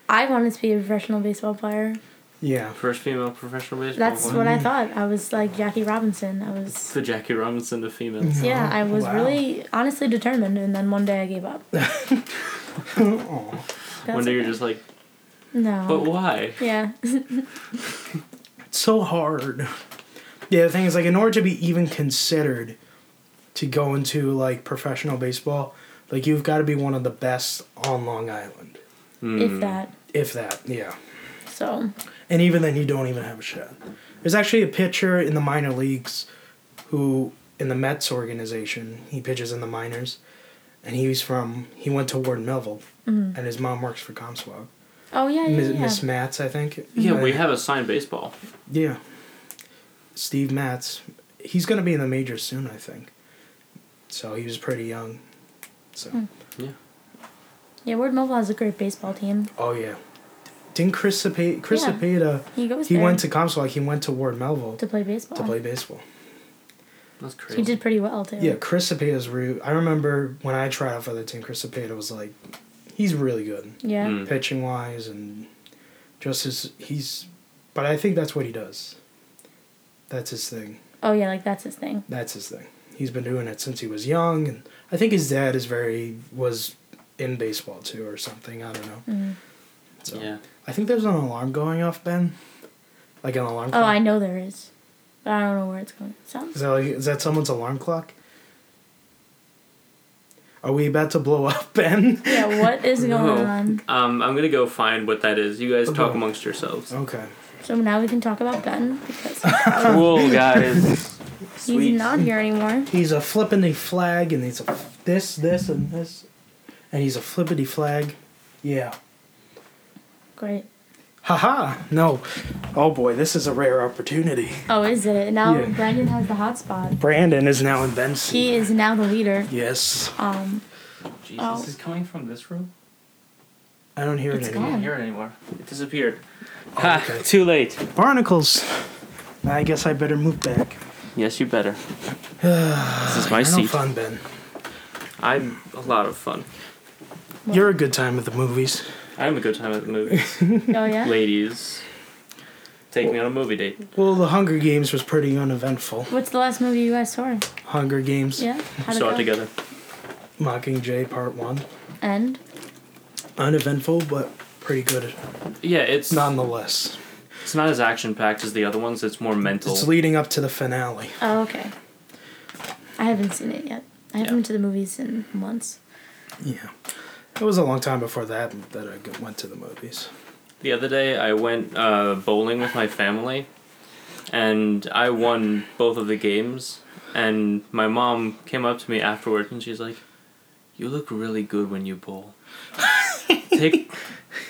I wanted to be a professional baseball player. Yeah. First female professional baseball. That's player. what I thought. I was like Jackie Robinson. I was. The Jackie Robinson of females. Yeah, I was Wow. really honestly determined, and then one day I gave up. Aw. That's One day you're okay. just like, No. but why? yeah. It's so hard. Yeah, the thing is, like, in order to be even considered to go into like professional baseball, like you've got to be one of the best on Long Island, Hmm. if that. if that. Yeah, So. and even then, you don't even have a shot. There's actually a pitcher in the minor leagues who, in the Mets organization, he pitches in the minors, and he's from he went to Ward Melville, and his mom works for Comswag, Oh Mm-hmm. yeah, yeah, Miss yeah. Miss Matz, I think. Yeah, we Uh, have assigned baseball. Yeah. Steve Matz. He's going to be in the majors soon, I think. So he was pretty young. So. Hmm. Yeah. Yeah, Ward Mobile has a great baseball team. Oh, yeah. Didn't Chris Cepeda, Chris Yeah. Cepeda, He goes. he there went to Comstock, he went to Ward Melville to play baseball. to play baseball. That's crazy. He did pretty well too. Yeah, Chris Cepeda's re I remember when I tried out for the team, Chris Cepeda was like, he's really good. Yeah. Mm. Pitching wise and just his, he's, but I think that's what he does. That's his thing. Oh yeah, like that's his thing. that's his thing. He's been doing it since he was young, and I think his dad is very was in baseball too or something. I don't know. Hmm. So Yeah. I think there's an alarm going off, Ben. Like an alarm. Oh, clock. I know there is, but I don't know where it's going. Sounds. Is that like is that someone's alarm clock? Are we about to blow up, Ben? Yeah, what is going No. on? Um, I'm gonna go find what that is. You guys Okay. talk amongst yourselves. Okay. So now we can talk about Ben because Cool, guys. Sweet. he's not here anymore. He's a flippity flag, and he's a f- this, this, and this, and he's a flippity flag. Yeah. Great. Haha. No. Oh boy, this is a rare opportunity. Oh, is it now? Yeah. Brandon has the hot spot. Brandon is now in Ben's seat. He is now the leader. Yes. Um, Jesus, Oh. this is coming from this room. I don't hear it It's anymore. I gone. Yeah. don't hear it anymore. It disappeared. okay. too late. Barnacles. I guess I better move back. Yes, you better. this is my seat. fun, Ben. I'm a lot of fun. You're a good time at the movies. I'm a good time at the movies. Oh yeah. Ladies, take me on a movie date. Well, The Hunger Games was pretty uneventful. What's the last movie you guys saw? Hunger Games, Yeah. How Saw it together. Mockingjay Part 1. And Uneventful, but pretty good Yeah, it's not. nonetheless. It's not as action packed as the other ones. It's more mental. It's leading up to the finale. oh okay. I haven't seen it yet. I haven't Yeah. been to the movies in months. Yeah. It was a long time before that that I g- went to the movies. The other day, I went uh, bowling with my family, and I won both of the games. And my mom came up to me afterwards, and she's like, "You look really good when you bowl. take,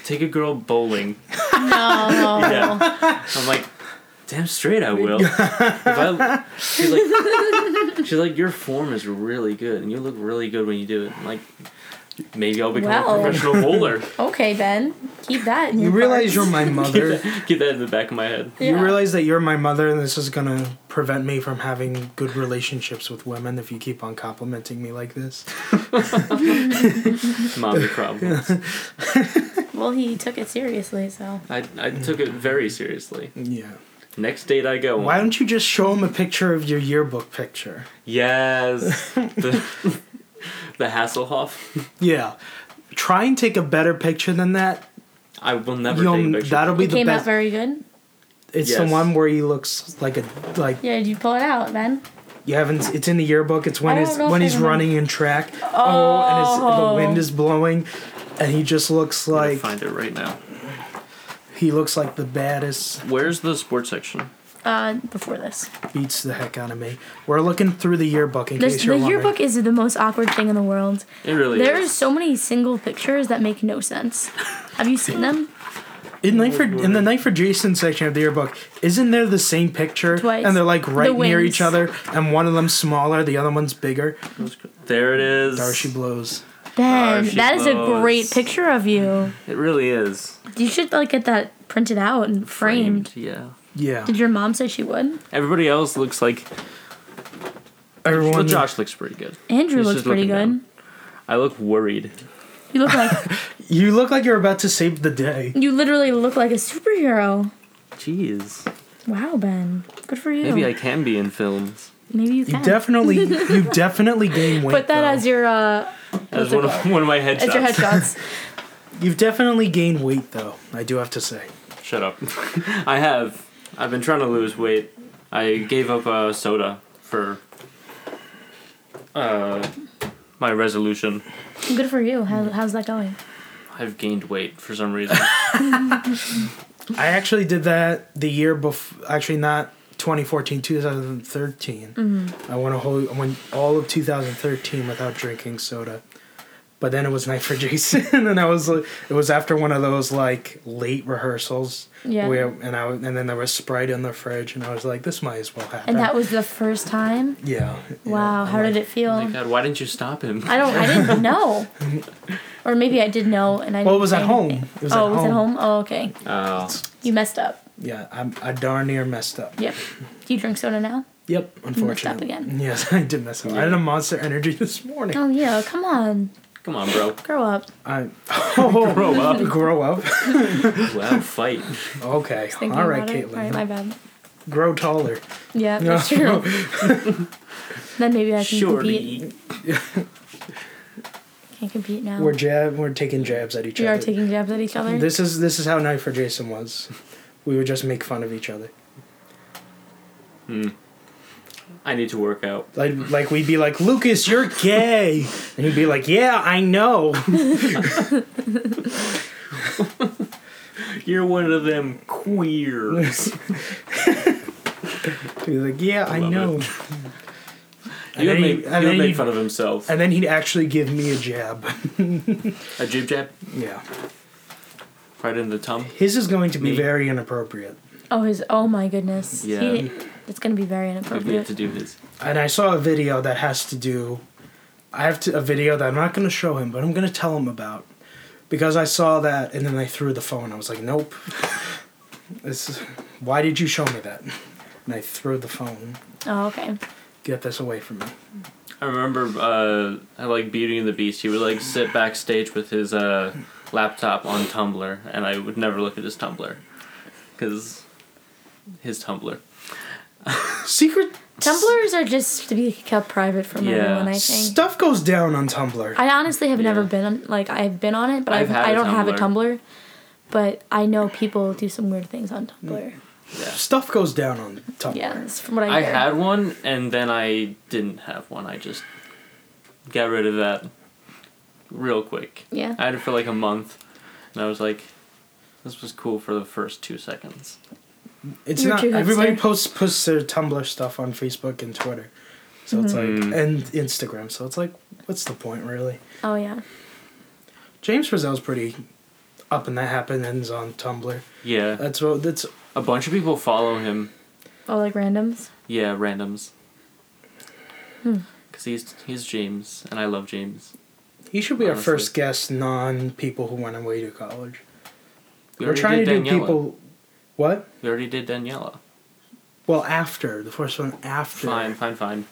take a girl bowling." No. Yeah. I'm like, "Damn straight, I will." if I, she's like, "She's like, your form is really good, and you look really good when you do it." I'm like, maybe I'll become Well. a professional bowler. Okay, Ben. Keep that in You your realize you're cards. my mother. Get that in the back of my head. Yeah. You realize that you're my mother, and this is gonna prevent me from having good relationships with women if you keep on complimenting me like this. mommy problems. Well, he took it seriously, so. I, I took it very seriously. Yeah. Next date I go on. Why don't you just show him a picture of your yearbook picture? Yes. the, the Hasselhoff. Yeah. Try and take a better picture than that. I will never You'll, take a picture. that'll be It the came out best. very good. It's the Yes. one where he looks like a like Yeah, did you pull it out, Ben? you haven't. It's in the yearbook. It's when I don't he's know if when I he's remember. running in track. Oh, and it's, the wind is blowing, and he just looks I'm gonna like find it right now. he looks like the baddest. Where's the sports section? Uh, before this. Beats the heck out of me. We're looking through the yearbook in There's, case you're the wondering. yearbook is the most awkward thing in the world. It really There are is. so many single pictures that make no sense. Have you seen them? In night for in the night for Jason section of the yearbook, isn't there the same picture? Twice. And they're like right near wings. each other, and one of them's smaller, the other one's bigger. There it is. Darcy blows. Ben, she that is a blows. great picture of you. It really is. You should like get that printed out and framed. Yeah. Yeah. Did your mom say she would? Everybody else looks like. Well, Everyone. Josh looks pretty good. Andrew He's looks just pretty good. looking I look worried. You look like You look like you're about to save the day. you literally look like a superhero. Jeez. Wow, Ben. Good for you. Maybe I can be in films. Maybe you You can. definitely, you definitely gain weight. Put that though. as your uh That's it one of, one of my headshots. as your headshots. You've definitely gained weight, though. I do have to say. Shut up. I have. I've been trying to lose weight. I gave up uh, soda for uh, my resolution. Good for you. How, how's that going? I've gained weight for some reason. I actually did that the year before. Actually, not 2014, 2013. Mm-hmm. I went a whole. I went all of 2013 without drinking soda. But then it was night for Jason, and I was like, it was after one of those like late rehearsals. Yeah. Where and I and then there was Sprite in the fridge, and I was like, this might as well happen. And that was the first time. yeah. Wow. How did it feel? Oh my God, why didn't you stop him? I don't. I didn't know. Or maybe I did know, and I. Well, it didn't was say at home. anything. It was oh, at it was at home. home. Oh, okay. Oh, You messed up. Yeah, I'm, I darn near messed up. Yep. Do you drink soda now? Yep, messed up unfortunately. again. Yes, I did mess up. I had a Monster Energy this morning. Oh yeah. Come on, come on, bro. grow up. I oh, Grow up. grow up. Wow, fight. Okay. Thinking All right, about it. Caitlin. All right, my bad. Grow taller. Yeah, that's true. then maybe I can Surely. compete. Can't compete now. We're We're jab. We're taking jabs at each other. taking jabs at each other. This is this is how Night for Jason was. We would just make fun of each other. I need to work out. Like like we'd be like, Lucas, you're gay, and he'd be like, Yeah, I know. You're one of them queers. He'd be like, Yeah, I Love know. it. And You then would he- and make, he would then make he- fun of himself. And then he'd actually give me a jab. A jib jab yeah. right in the tum. His is going to be Me. very inappropriate. oh his. Oh my goodness. Yeah. He, it's gonna be very Maybe we have inappropriate. to do his. and I saw a video that has to do. I have to, a video that I'm not going to show him, but I'm going to tell him about because I saw that, and then I threw the phone. I was like, "Nope, this. Is, why did you show me that?" and I threw the phone. Oh, okay. Get this away from me. I remember uh, I like Beauty and the Beast. He would like sit backstage with his uh, laptop on Tumblr, and I would never look at his Tumblr because his Tumblr. Secret Tumblrs are just to be kept private from Yeah. everyone, I think. stuff goes down on Tumblr. I honestly have Yeah. never been on, like, I've been on it, but I've I've had I a don't have a Tumblr. Tumblr. But I know people do some weird things on Mm. Tumblr. Yeah. stuff goes down on Tumblr. Yeah, that's from what I I hear. had one, and then I didn't have one. I just got rid of that real quick. Yeah. I had it for like a month, and I was like, "This was cool for the first two seconds." It's You're not too hipster. everybody posts posts their Tumblr stuff on Facebook and Twitter. So it's like Mhm. and Instagram. So it's like what's the point really? Oh, yeah. James Frizzell's pretty up and that happens on Tumblr. Yeah, That's what that's a bunch of people follow him. Oh, like randoms? Yeah, randoms. Because he's he's James, and I love James. he should be our Honestly. first guest non people who went away to college. We We are already trying to did Daniela. do people what? We already did Daniela. Well after. The first one after. Fine, fine, fine.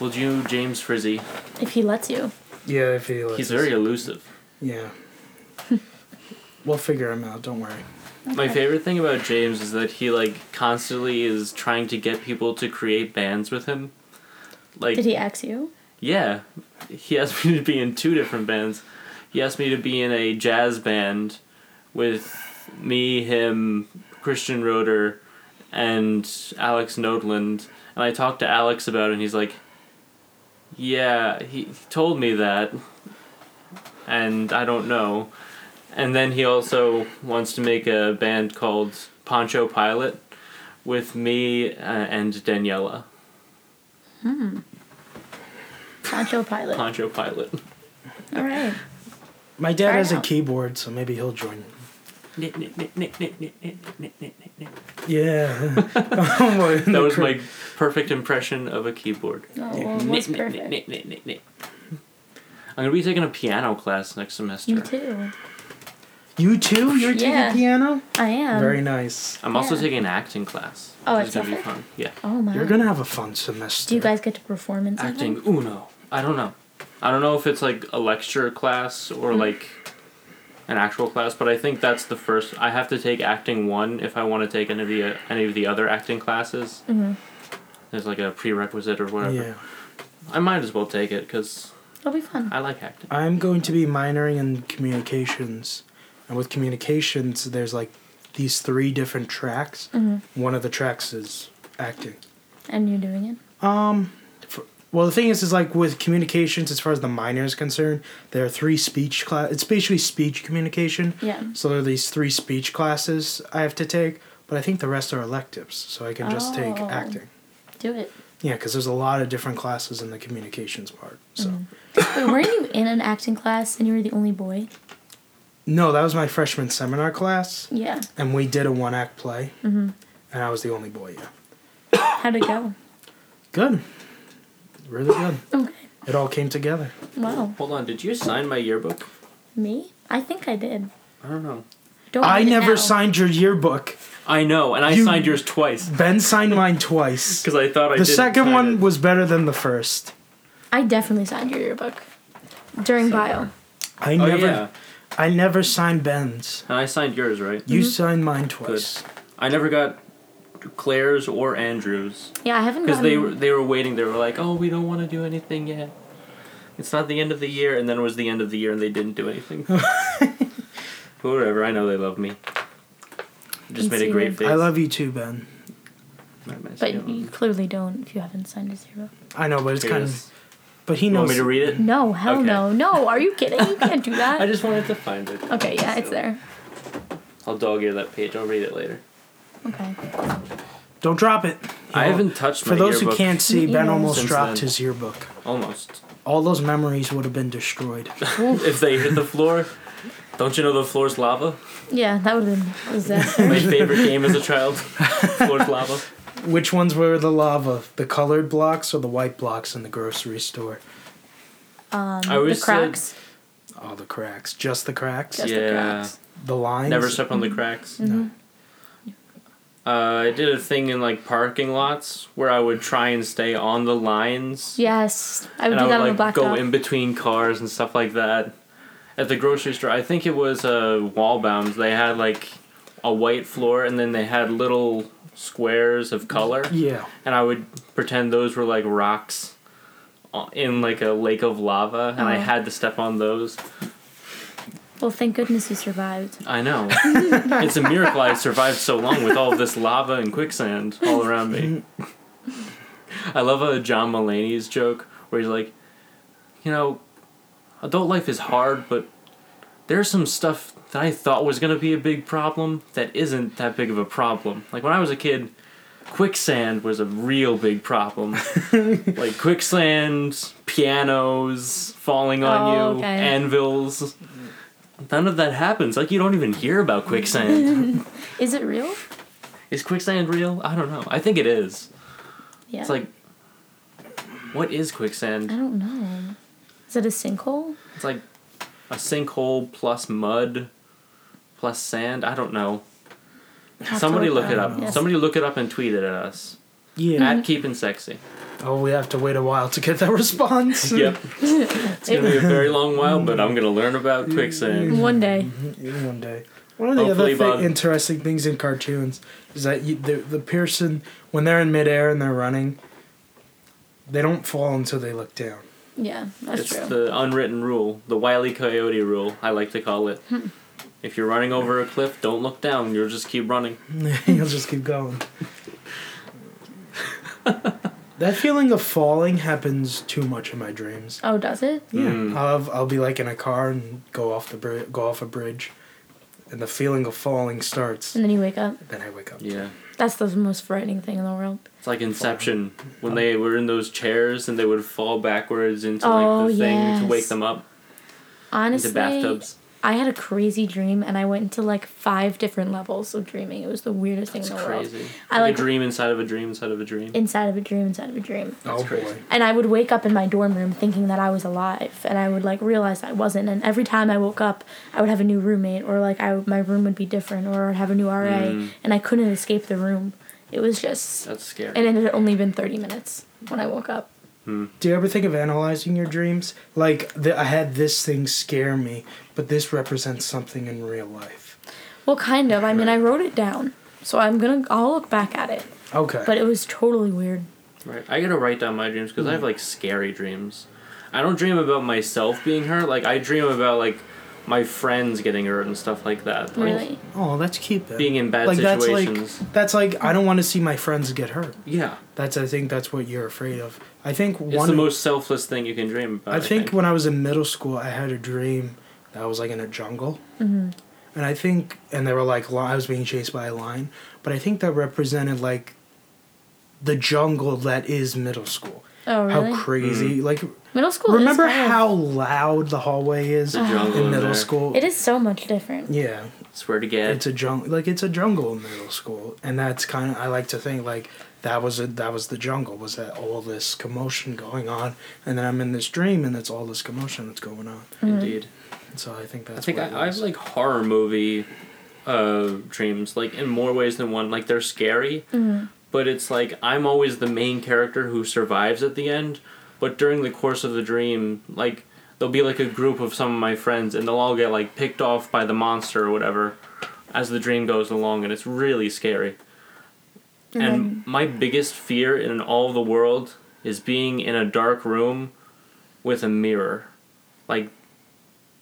We'll do James Frizzy. If he lets you. Yeah, if he listens. He's very elusive. Yeah. we'll figure him out, don't worry. My favorite thing about James is that he like constantly is trying to get people to create bands with him. Like Did he ask you? yeah, he asked me to be in two different bands. He asked me to be in a jazz band with me, him, Christian Roeder, and Alex Nodland. And I talked to Alex about it, and he's like, "Yeah, he he told me that, and I don't know." And then he also wants to make a band called Poncho Pilot with me uh, and Daniela. Poncho Pilot. Poncho Pilot. All right. Oh, My dad Try it has a out. keyboard, so maybe he'll join. That Yeah. Oh, my- was my perfect impression of a keyboard. Oh, well, what's perfect? I'm gonna be taking a piano class next semester. You too. You too? You're Yeah. Um, taking piano? I am. Very nice. I'm also Yeah. taking an acting class. Oh, which is it's gonna be different? fun. Yeah, Oh, my. You're gonna have a fun semester. Do you guys get to perform in something? acting uno. I don't know. I don't know if it's like a lecture class or Mm. like an actual class, but I think that's the first. I have to take acting one if I want to take any of the any of the other acting classes. Mm-hmm. There's like a prerequisite or whatever. Yeah. I might as well take it because It'll be fun. I like acting. I'm going to be minoring in communications. And with communications, there's like these three different tracks. One of the tracks is acting. Mm-hmm. And you're doing it? Um, for, well, the thing is, is like with communications, as far as the minor is concerned, there are three speech class. It's basically speech communication. Yeah. So there are these three speech classes I have to take, but I think the rest are electives, so I can just take Oh. acting. Do it. Yeah, because there's a lot of different classes in the communications part. So Wait, weren't you in an acting class and you were the only boy? no, that was my freshman seminar class, Yeah. and we did a one act play, Mm-hmm. and I was the only boy. Yeah, How'd it go? good, really good. Okay. It all came together. Wow. Hold on, did you sign my yearbook? Me? I think I did. I don't know. Don't I read it never now. signed your yearbook. I know, and I You- signed yours twice Ben signed mine twice. because I thought I The didn't second sign one it. was better than the first. I definitely signed your yearbook during bio. I Oh never, yeah, I never signed Ben's. and I signed yours right. You Mm-hmm. signed mine twice. I never got Claire's or Andrew's Yeah, I haven't. because they gotten- were they were waiting. They were like, "Oh, we don't want to do anything yet. It's not the end of the year." And then it was the end of the year, and they didn't do anything. Whatever. I know they love me. Just made a great Conceited. face. I love you too, Ben. Not nice, But you know. you clearly don't if you haven't signed his yearbook. I know, but it's Here it kind is. of. But he You want knows. me to read it? No, hell Okay. no. No, are you kidding? You can't do that. I just wanted to find it. okay, yeah, it's So, there. I'll dog ear that page. I'll read it later. Okay. Don't drop it. I You know, haven't touched For my those who yearbook can't see, Me Ben either. almost Since dropped then. his yearbook. Almost. All those memories would have been destroyed. if they hit the floor, don't you know the floor's lava? Yeah, that would have been a disaster. My favorite game as a child, floor's lava. Which ones were the lava? The colored blocks or the white blocks in the grocery store? Um, I always the cracks. said- All the cracks, just the cracks, Just Mm-hmm. Yeah. the cracks. the lines. Never step on the cracks. No. Uh, I did a thing in like parking lots where I would try and stay on the lines. Yes, I and would do I would that on the like black go dog. in between cars and stuff like that. At the grocery store, I think it was uh, Wallbaums. They had like a white floor, and then they had little squares of color, Yeah. and I would pretend those were like rocks uh, in like a lake of lava, and I Oh. had to step on those. well, thank goodness you survived. I know. it's a miracle I survived so long with all this lava and quicksand all around me. I love a John Mulaney's joke where he's like, you know, adult life is hard, but there's some stuff that I thought was going to be a big problem that isn't that big of a problem. Like when I was a kid, quicksand was a real big problem. like quicksand, pianos falling on Oh, you, okay. anvils. None of that happens. Like you don't even hear about quicksand. Is it real? is quicksand real? I don't know. I think it is. Yeah. It's like what is I quicksand? don't know. Is it a sinkhole? It's like a sinkhole plus mud plus sand. I don't know. Have to Somebody look it that up. Yes. Mm-hmm. Somebody look it up and tweet it at us. Yeah. At Keepin' Sexy. Oh, we have to wait a while to get that response. It's gonna be a very long while, but I'm gonna learn about Mm-hmm. quicksand. One day. in Mm-hmm. one day. One of the Hopefully other Bob- thi- interesting things in cartoons is that you, the the person when they're in midair and they're running, they don't fall until they look down. Yeah, that's It's true. the unwritten rule, the wily coyote rule, I like to call it. Hmm. If you're running over a cliff, don't look down. You'll just keep running. You'll just keep going. that feeling of falling happens too much in my dreams. oh, does it? Yeah, Mm. I'll have, I'll be like in a car and go off the bri- go off a bridge, and the feeling of falling starts. And then you wake up. Then I wake up. Yeah. That's the most frightening thing in the world. It's like Inception when they were in those chairs and they would fall backwards into Oh, like the thing to wake yes. them up Honestly, into bathtubs. I had a crazy dream and I went into like five different levels of dreaming. It was the weirdest It's thing in the world. crazy. I like like- a dream inside of a dream inside of a dream. Inside of a dream, inside of a dream. Oh That's boy. crazy. And I would wake up in my dorm room thinking that I was alive and I would like realize I wasn't. And every time I woke up, I would have a new roommate or like I, my room would be different or I'd have a new RA Mm. and I couldn't escape the room. It was just, That's scary. and it had only been 30 minutes when I woke up. Do you ever think of analyzing your dreams? Like, the, I had this thing scare me, but this represents something in real life. Well, kind of. I mean, I wrote it down. So I'm gonna, I'll look back at it. Okay. But it was totally weird. right. I gotta write down my dreams because I have Mm. like scary dreams. I don't dream about myself being hurt. Like I dream about like my friends getting hurt and stuff like that. Like, Really? oh, that's cute. Though. Being in bad like that's situations. like that's like I don't want to see my friends get hurt. yeah. That's I think that's what you're afraid of. I think It's one. the most selfless thing you can dream about. I think when I was in middle school, I had a dream that I was like in a jungle, Mm-hmm. and I think and they were like li- I was being chased by a lion, but I think that represented like the jungle that is middle school. Oh, really? How Mm. crazy! Like Middle school. is Remember kind of- how loud the hallway is The jungle in in middle there. school? Uh-huh. It is so much different. Yeah, swear to God. it's a jungle. Like it's a jungle in middle school, and that's kind of I like to think like that was a, that was the jungle. Was that all this commotion going on? And then I'm in this dream, and it's all this commotion that's going on. Mm. Indeed. And so I think that's. I think what it I, I have was. like horror movie uh, dreams, like in more ways than one. Like they're scary, but it's like I'm always the main character who survives at the end. But during the course of the dream, like there'll be like a group of some of my friends, and they'll all get like picked off by the monster or whatever as the dream goes along, and it's really scary. And and my biggest fear in all the world is being in a dark room with a mirror. Like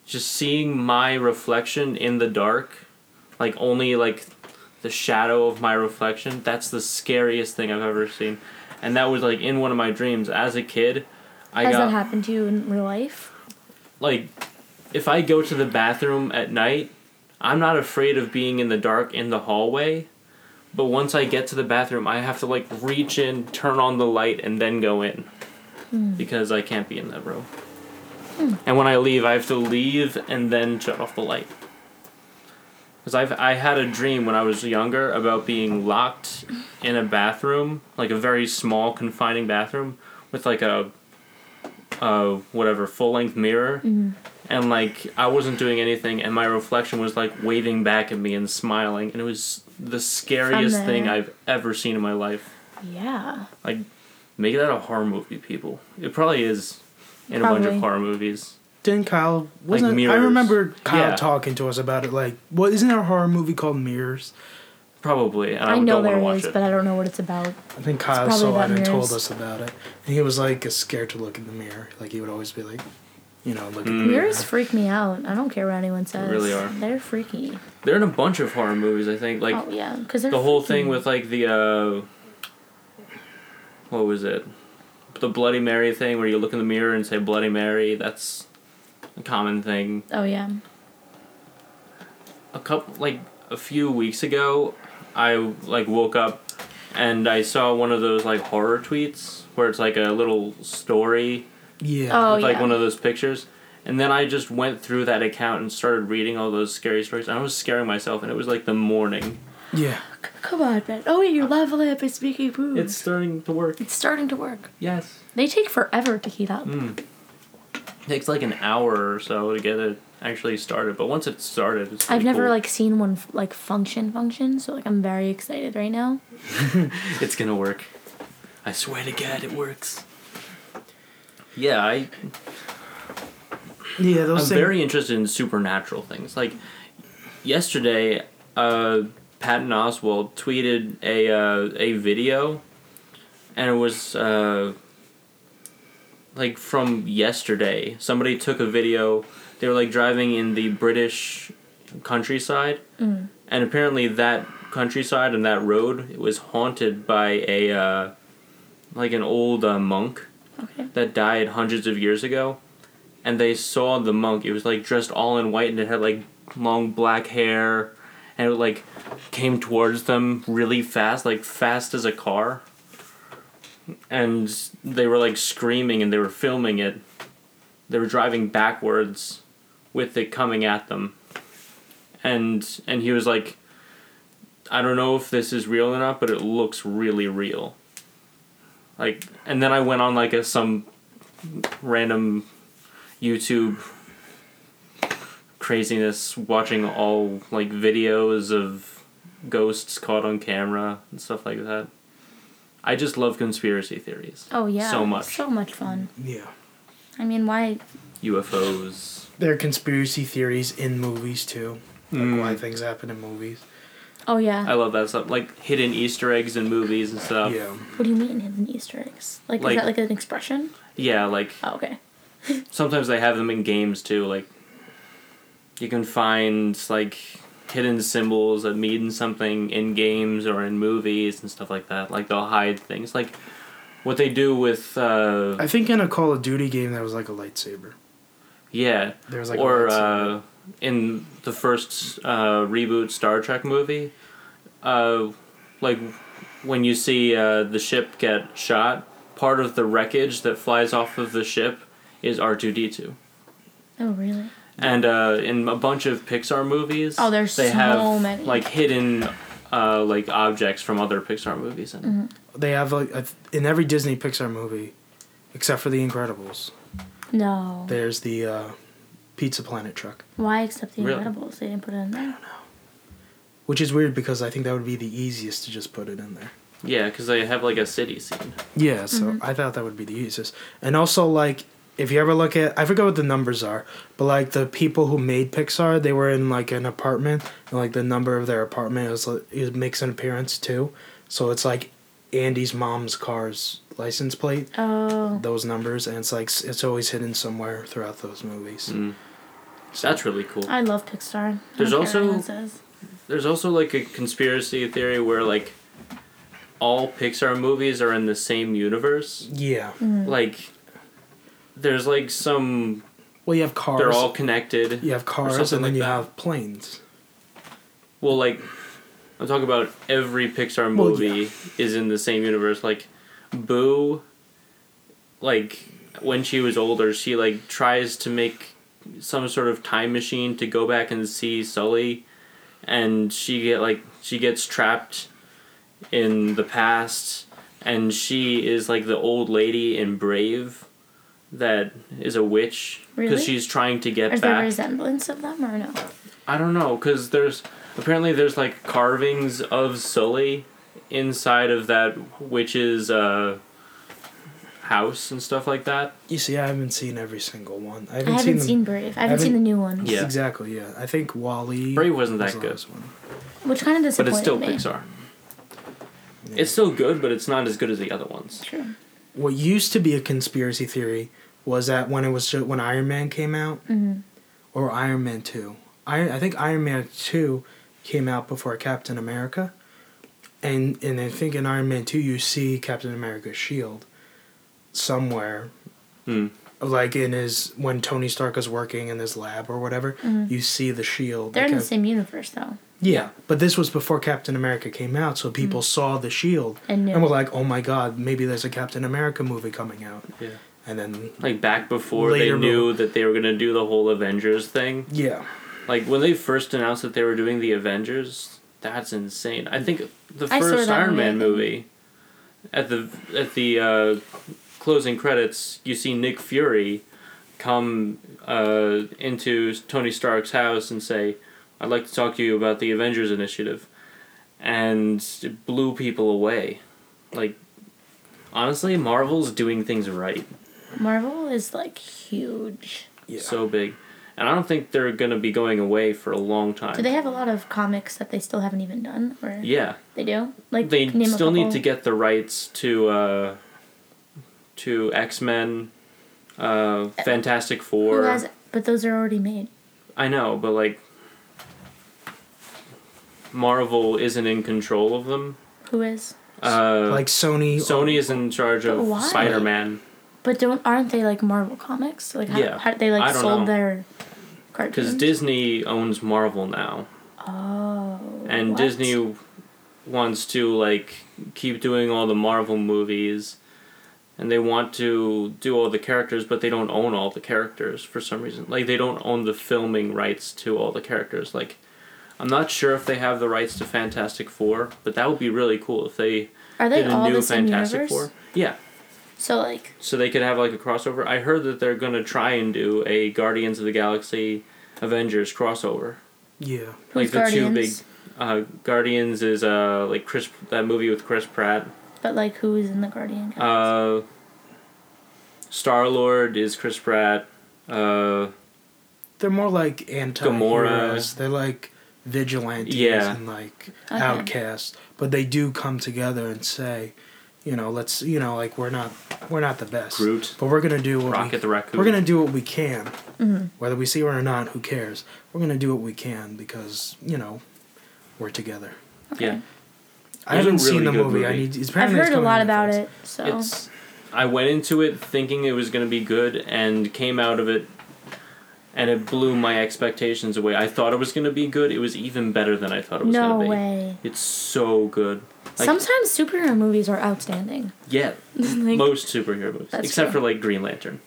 just seeing my reflection in the dark, like only like the shadow of my reflection, that's the scariest thing I've ever seen. And that was like in one of my dreams as a kid. I Has got that happened to you in real life? like if I go to the bathroom at night, I'm not afraid of being in the dark in the hallway. But once I get to the bathroom, I have to like reach in, turn on the light, and then go in because I can't be in that room. And when I leave, I have to leave and then shut off the light. Because I've I had a dream when I was younger about being locked in a bathroom, like a very small confining bathroom, with like a uh, whatever full length mirror, and like I wasn't doing anything, and my reflection was like waving back at me and smiling, and it was the scariest thing there. I've ever seen in my life. Yeah. Like, make that a horror movie, people. It probably is in a bunch Probably. of horror movies. Didn't Kyle? Wasn't I mirrors. remember Kyle Yeah. talking to us about it. Like, what isn't there a horror movie called Mirrors? Probably, and I, I don't know want to there watch is, it. but I don't know what it's about. I think Kyle probably saw it about and told mirrors. us about it. And he was like scared to look in the mirror. Like he would always be like, you know, look in the Mm. mirror. Mirrors freak me out. I don't care what anyone says. really are. They're freaky. They're in a bunch of horror movies. I think like oh yeah, because the whole thing with like the uh, what was it? The Bloody Mary thing, where you look in the mirror and say Bloody Mary. That's a common thing. Oh yeah. a couple like a few weeks ago i like woke up and i saw one of those like horror tweets where it's like a little story Yeah. Oh with like yeah. one of those pictures and then i just went through that account and started reading all those scary stories and i was scaring myself and it was like the morning Yeah. Come on, Ben. Oh wait, your lava lamp is speaking food. Uh, it's starting to work it's starting to work. yes They take forever to heat Mm, up. takes like an hour or so to get it actually started but once it's started it's I've pretty never cool. like seen one f- like function function, so like I'm very excited right now. It's gonna work. I swear to God, it works. Yeah, I, Yeah. I'm Those things. very interested in supernatural things. Like yesterday, uh, Patton Oswald tweeted a uh, a video, and it was uh, like from yesterday. Somebody took a video. They were like driving in the British countryside, Mm. and apparently that countryside and that road was haunted by a uh, like an old uh, monk Okay. that died hundreds of years ago, and they saw the monk. It was like dressed all in white, and it had like long black hair, and it like came towards them really fast, like fast as a car. And they were like screaming, and they were filming it. They were driving backwards, with it coming at them. And and he was like, I don't know if this is real or not, but it looks really real like and then i went on like a some random youtube craziness watching all like videos of ghosts caught on camera and stuff like that i just love conspiracy theories Oh yeah. so much So much fun. Yeah. I mean, why? ufos There are conspiracy theories in movies too. Like Mm. why things happen in movies. Oh yeah. i love that stuff like hidden easter eggs in movies and stuff yeah, yeah. what do you mean hidden Easter eggs? Like, Like- is that like an expression? like Oh okay. sometimes they have them in games too like you can find like hidden symbols that mean something in games or in movies and stuff like that like they'll hide things like what they do with uh I think in a Call of Duty game there was like a lightsaber. yeah There was like oh, or a lightsaber. uh in the first uh reboot star trek movie uh like when you see uh the ship get shot part of the wreckage that flies off of the ship is r2d2 Oh really? and uh, in a bunch of Pixar movies. Oh, there's they so have, many. Like hidden, uh, like objects from other Pixar movies, and Mm-hmm. they have like a, in every Disney Pixar movie, except for The Incredibles. No. There's the uh, Pizza Planet truck, why except the Really? Incredibles? They didn't put it in there. which is weird because I think that would be the easiest to just put it in there. yeah, because they have like a city scene. Yeah, so I thought that would be the easiest. And also, like, if you ever look at, I forget what the numbers are, but like the people who made Pixar, they were in like an apartment, and like the number of their apartment is like, it makes an appearance too. So it's like Andy's mom's car's license plate, Oh. those numbers, and it's like s- it's always hidden somewhere throughout those movies. So Mm. that's really cool. I love Pixar. I don't There's care what also- anyone says. There's also like a conspiracy theory where like all Pixar movies are in the same universe. Yeah. Mm. Like there's like some Well, you have cars. they're all connected. you have cars, and something then like you that. have planes. Well, like I'm talking about every Pixar Well, movie is in the same universe. Like Boo, like when she was older, she like tries to make some sort of time machine to go back and see Sully, and she get like she gets trapped in the past, and she is like the old lady in Brave that is a witch because Really? she's trying to get Is there a back. resemblance of them or no? I don't know because there's apparently there's like carvings of Sully inside of that witch's uh, house and stuff like that. You see, I haven't seen every single one. I I haven't, haven't seen, seen, them. Brave. I haven't, seen the new one. Yeah. Exactly, yeah. I think Wally. Brave wasn't that the good. last one. Which kind of but disappointed it's still me. Pixar. It's still good, but it's not as good as the other ones. True. What used to be a conspiracy theory was that when it was ju- when Iron Man came out, Mhm. or Iron Man two. I I think Iron Man two came out before Captain America, and and I think in Iron Man two you see Captain America's shield somewhere Hmm. like in his when Tony Stark is working in his lab or whatever, you see the shield. Mm-hmm. They're in the Cap- same Mm-hmm. universe though. Yeah, but this was before Captain America came out, so people saw the shield And knew. were like, "Oh my God, maybe there's a Captain America movie coming out." Yeah. And then Like back before Later they knew that they were gonna do the whole Avengers thing. yeah, Like when they first announced that they were doing the Avengers, that's insane. I think the I saw first that Iron Man movie movie. at the at the uh, closing credits, you see Nick Fury come uh, into Tony Stark's house and say, "I'd like to talk to you about the Avengers initiative," and it blew people away. Like honestly, Marvel's doing things right. Marvel is like huge. yeah. so big. And I don't think they're gonna be going away for a long time. Do they have a lot of comics that they still haven't even done, or Yeah, they do? Like they name a still need couple? to get the rights to uh, to X Men, uh, Fantastic Who Four. has? But those are already made. I know, but like Marvel isn't in control of them. Who is? Uh, like Sony. Sony is in charge But of why? Spider Man But don't aren't they like Marvel comics? Like how, Yeah. how they I like don't sold know. their because cartoons? Disney owns Marvel now. oh. and what? Disney wants to like keep doing all the Marvel movies, and they want to do all the characters, but they don't own all the characters for some reason. Like they don't own the filming rights to all the characters. Like I'm not sure if they have the rights to Fantastic Four, but that would be really cool if they, Are they did all a new the same Fantastic universe? Four. Yeah, So like so they could have like a crossover. I heard that they're gonna try and do a Guardians of the Galaxy, Avengers crossover Yeah, who's like the two big Guardians? uh, Guardians is uh like Chris that movie with Chris Pratt. But like who is in the Guardian? Comics? Uh, Star Lord is Chris Pratt. Uh, they're more like anti. Gamora. They're like vigilantes Yeah. and like Okay. outcasts, but they do come together and say, you know, let's you know, like we're not we're not the best, Groot. but we're gonna do what we Rocket the Raccoon. We're gonna do what we can, Mm-hmm. whether we see her or not. Who cares? We're gonna do what we can because you know we're together. I yeah. It was a haven't seen really the good movie. I movie. need. It's I've apparently it's heard a coming lot on about Netflix. it. So It's. I went into it thinking it was gonna be good and came out of it, and it blew my expectations away. I thought it was gonna be good. It was even better than I thought it was no gonna be. way. It's so good. Like, Sometimes superhero movies are outstanding. yeah, like, most superhero movies That's except true. for like Green Lantern.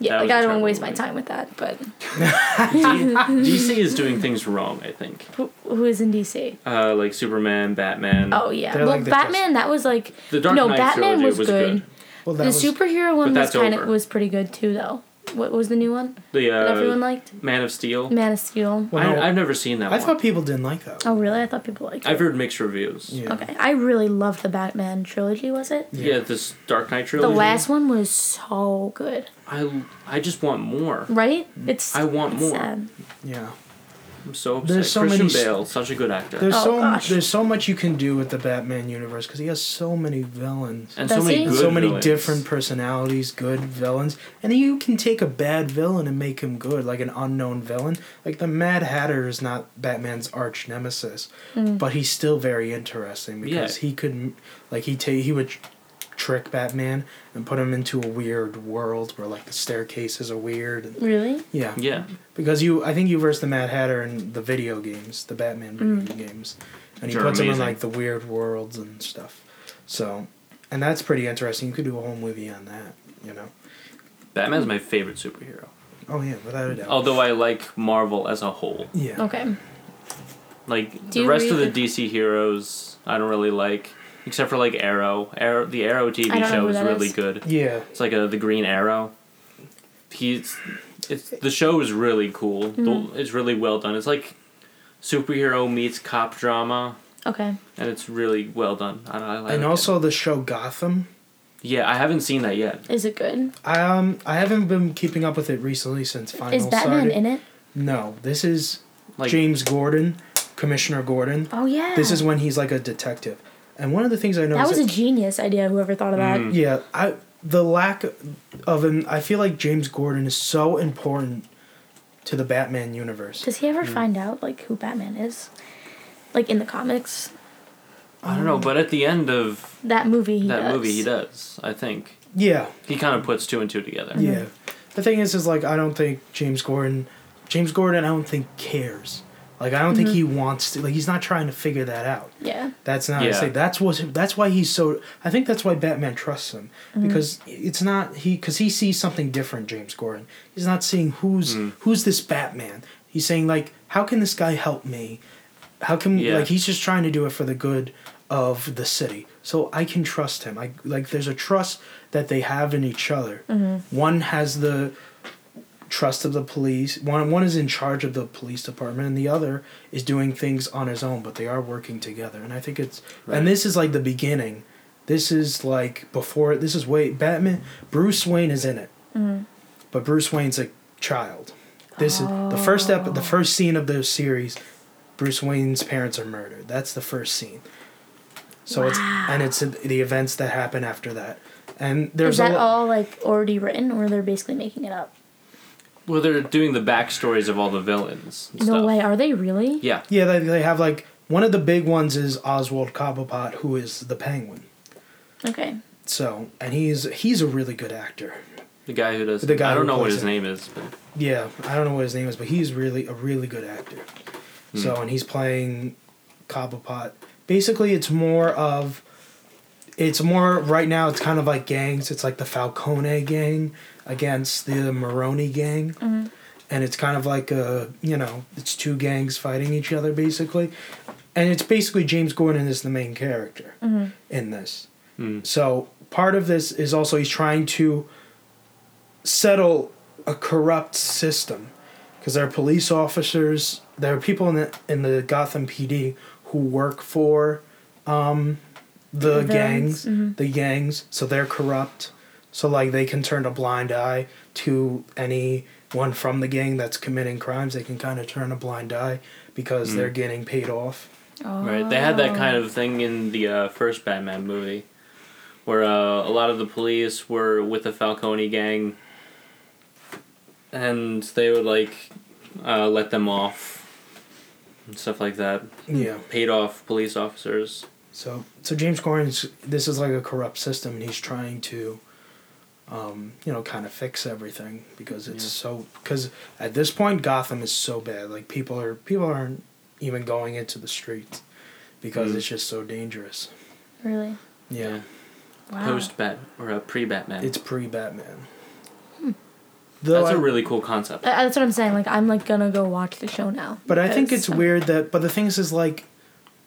yeah, that like was a I don't want to terrible waste my movie. time with that. But DC is doing things wrong, I think. who, who is in DC? Uh, like Superman, Batman. Oh yeah, They're well like the Batman that was like The Dark no Knight Batman trilogy was, was good. good. Well, The that was, superhero one was that's kind of over. was pretty good too though. What was the new one The that everyone uh, liked? Man of Steel. Man of Steel. Well, no, I, I've never seen that I one. thought people didn't like that. Oh really? I thought people liked it. I've heard mixed reviews. Yeah, Yeah. Okay, I really loved the Batman trilogy. Was it? this Dark Knight The trilogy. last one was so good, I, I just want more. right? It's I want it's more. sad. Yeah. I'm so upset. There's so Christian many s- Bale, such a good actor. There's Oh, so gosh. there's so much you can do with the Batman universe because he has so many villains. and so Does many he? good so many villains. different personalities, good villains, and you can take a bad villain and make him good, like an unknown villain. Like the Mad Hatter is not Batman's arch nemesis, but he's still very interesting because Yeah. he could, like he ta- he would tr- trick Batman and put him into a weird world where like the staircases are weird. And, Really? yeah, Yeah. because you, I think you versed the Mad Hatter in the video games, the Batman Mm. video games, and he Which are puts him in amazing. like the weird worlds and stuff. So, and that's pretty interesting. You could do a whole movie on that, you know. Batman's my favorite superhero. Oh yeah, without a doubt. Although I like Marvel as a whole. yeah. Okay. Like Do the you rest of the read- DC heroes, I don't really like, except for like Arrow. Arrow the Arrow I TV don't know show who is that really is. good. Yeah. It's like a the Green Arrow. he's it's the show is really cool. The- Mm-hmm. It's really well done. It's like superhero meets cop drama, Okay. and it's really well done. I, I like and it. also the show Gotham. yeah, I haven't seen that yet. Is it good? I, um, I haven't been keeping up with it recently since final Is Batman started. in it? No, this is Like James Gordon, Commissioner Gordon. Oh yeah. This is when he's like a detective. And one of the things I that noticed was a genius idea. Whoever thought of that. Yeah, I the lack of him. I feel like James Gordon is so important to the Batman universe. Does he ever find out like who Batman is? Like in the comics, I don't know, but at the end of that movie. He that does. movie, he does. I think Yeah, he kind of puts two and two together. Mm-hmm. yeah. The thing is, is like I don't think James Gordon, James Gordon, I don't think cares. Like I don't think he wants to. Like he's not trying to figure that out. Yeah. That's not. I Yeah. say that's what. That's why he's so. I think that's why Batman trusts him because it's not he because he sees something different. James Gordon. He's not seeing who's who's this Batman. He's saying like, how can this guy help me? How can Yeah. like he's just trying to do it for the good of the city. So I can trust him. I like there's a trust that they have in each other. One has the trust of the police. One one is in charge of the police department, and the other is doing things on his own. But they are working together, and I think it's Right. and this is like the beginning. This is like before. This is way Batman. Bruce Wayne is in it, but Bruce Wayne's a child. This is the first step. Oh. The first scene of the series. Bruce Wayne's parents are murdered. That's the first scene. So it's and it's the events that happen after that. And there's is that a, lo- all like already written, or they're basically making it up? Well, they're doing the backstories of all the villains. And No stuff. way. Are they really? Yeah. Yeah, they, they have like one of the big ones is Oswald Cobblepot, who is the Penguin. Okay. So, and he's he's a really good actor. The guy who does. The guy I don't who know what plays his it. name is, but Yeah, I don't know what his name is, but he's really a really good actor. So, and he's playing Cobblepot. Basically, it's more of it's more right now. It's kind of like gangs. It's like the Falcone gang against the Maroni gang, and it's kind of like a you know it's two gangs fighting each other basically, and it's basically James Gordon is the main character in this. So part of this is also he's trying to settle a corrupt system because there are police officers, there are people in the in the Gotham PD who work for um, the The villains, gangs, mm-hmm. the gangs, so they're corrupt. So like they can turn a blind eye to anyone from the gang that's committing crimes. They can kind of turn a blind eye because they're getting paid off. Oh. right, they had that kind of thing in the uh, first Batman movie, where uh, a lot of the police were with the Falcone gang, and they would like uh, let them off and stuff like that. Yeah. Paid off police officers. So so James Corden's this is like a corrupt system, and he's trying to, um, you know, kind of fix everything because it's so because at this point Gotham is so bad. Like people are people aren't even going into the streets because Mm. it's just so dangerous. Really. Yeah, Wow. Post Bat or uh, pre Batman. it's pre Batman. That's a really cool concept. Uh, uh, that's what I'm saying. Like I'm like gonna go watch the show now. But I think it's because- weird that. But the thing is, is like,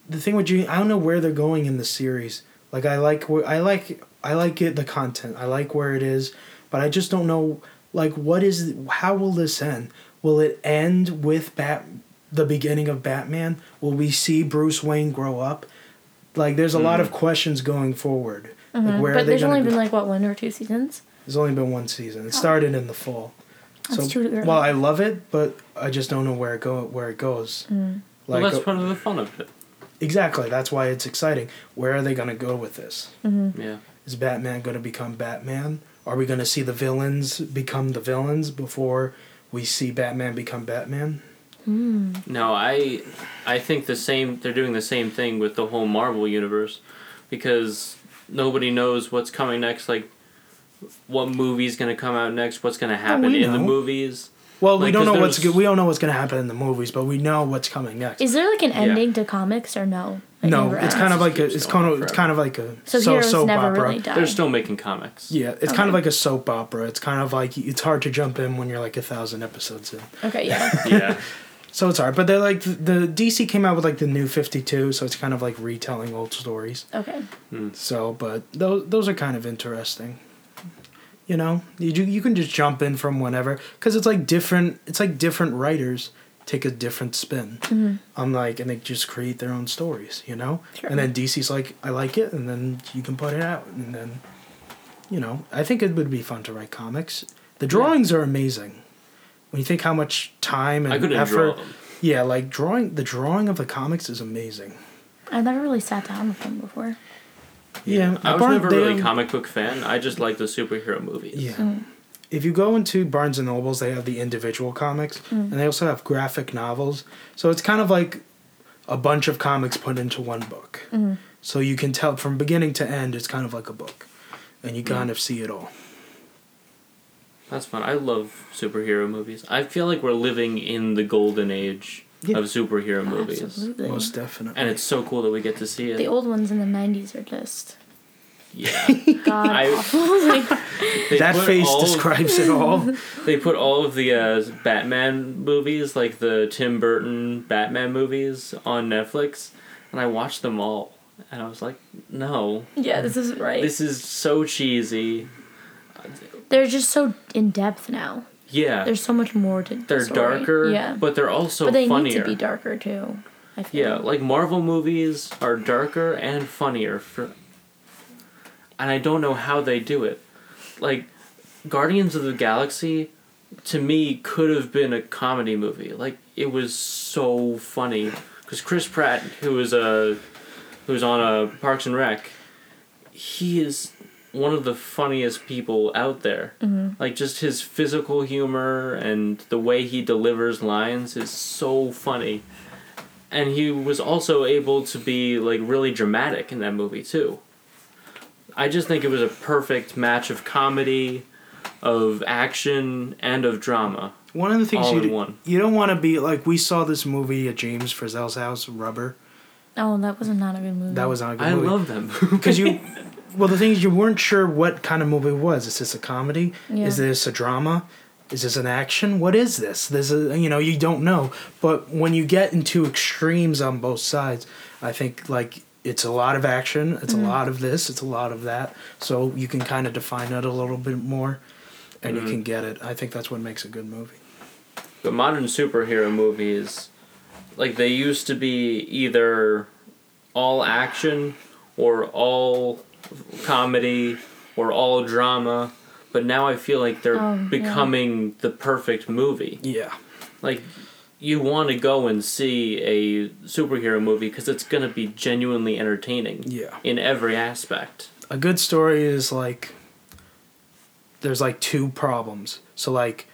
the thing with you, I don't know where they're going in the series. Like, I like where I like I like it the content. I like where it is, but I just don't know. Like, what is how will this end? Will it end with Bat the beginning of Batman? Will we see Bruce Wayne grow up? Like, there's a lot of questions going forward. Like, where are Mm-hmm. But they there's going? only Go? been like what one or two seasons. there's only been one season. It started in the fall. Oh. That's so, too early. well, I love it, but I just don't know where it go where it goes. Mm. Well, Like, that's part of the fun of it. Exactly. That's why it's exciting. Where are they going to go with this? Mm. Yeah. Is Batman going to become Batman? Are we going to see the villains become the villains before we see Batman become Batman? No, I I think the same they're doing the same thing with the whole Marvel universe because nobody knows what's coming next like what movie's going to come out next, what's going to happen we in the know. movies. Well, we Like, don't 'cause know what's there's- good. We don't know what's going to happen in the movies, but we know what's coming next. Is there like an ending to comics or no? It no, never it's ends. kind of like a. keeps It's kind going on of. It's forever. kind of like a. so, so heroes soap never opera. really die. They're still making comics. Yeah, it's kind of Okay. like a soap opera. It's kind of like it's hard to jump in when you're like a thousand episodes in. okay, yeah. Yeah. So it's hard, but they're like the, the DC came out with like the new Fifty Two, so it's kind of like retelling old stories. Okay. So, but those those are kind of interesting. You know, you you can just jump in from whenever because it's like different. It's like different writers take a different spin on like, and they just create their own stories. You know, Sure. and then DC's like, I like it, and then you can put it out, and then, you know, I think it would be fun to write comics. The drawings are amazing. When you think how much time and I couldn't effort, draw them. yeah, like drawing the drawing of the comics is amazing. I've never really sat down with them before. Yeah, I was Barnes- never they really a have- comic book fan. I just like the superhero movies. Yeah. If you go into Barnes and Nobles, they have the individual comics, and they also have graphic novels. So it's kind of like a bunch of comics put into one book. So you can tell from beginning to end, it's kind of like a book, and you kind of see it all. That's fun. I love superhero movies. I feel like we're living in the golden age Yeah. of superhero movies. Absolutely. Most definitely. And it's so cool that we get to see it. the old ones in the 90s are just yeah. god I- awful. like, They that put face all of- describes it all. they put all of the uh, Batman movies, like the Tim Burton Batman movies, on Netflix, and I watched them all. And I was like, no, yeah, this isn't right. this is so cheesy. they're just so in depth now. Yeah. There's so much more to. the they're story. darker, Yeah, but they're also But they funnier. need to be darker too. I feel. Yeah, like Marvel movies are darker and funnier for and I don't know how they do it. Like Guardians of the Galaxy to me could have been a comedy movie. Like it was so funny cuz Chris Pratt who was a who's on a Parks and Rec he is one of the funniest people out there. Like just his physical humor and the way he delivers lines is so funny and he was also able to be like really dramatic in that movie too. I just think it was a perfect match of comedy, of action, and of drama. One of the things All you in d- one. you don't want to be like we saw this movie at James Frizzell's house, Rubber. Oh, that was not a good movie. That was not a good I movie. love that movie. because you well the thing is you weren't sure what kind of movie it was is this a comedy Yeah. is this a drama is this an action what is this this is you know you don't know but when you get into extremes on both sides i think like it's a lot of action it's a lot of this it's a lot of that so you can kind of define it a little bit more and you can get it i think that's what makes a good movie But modern superhero movies, like they used to be either all action or all comedy or all drama, but now I feel like they're Oh, yeah. becoming the perfect movie. yeah like you want to go and see a superhero movie because it's going to be genuinely entertaining yeah in every aspect a good story is like there's like two problems. So like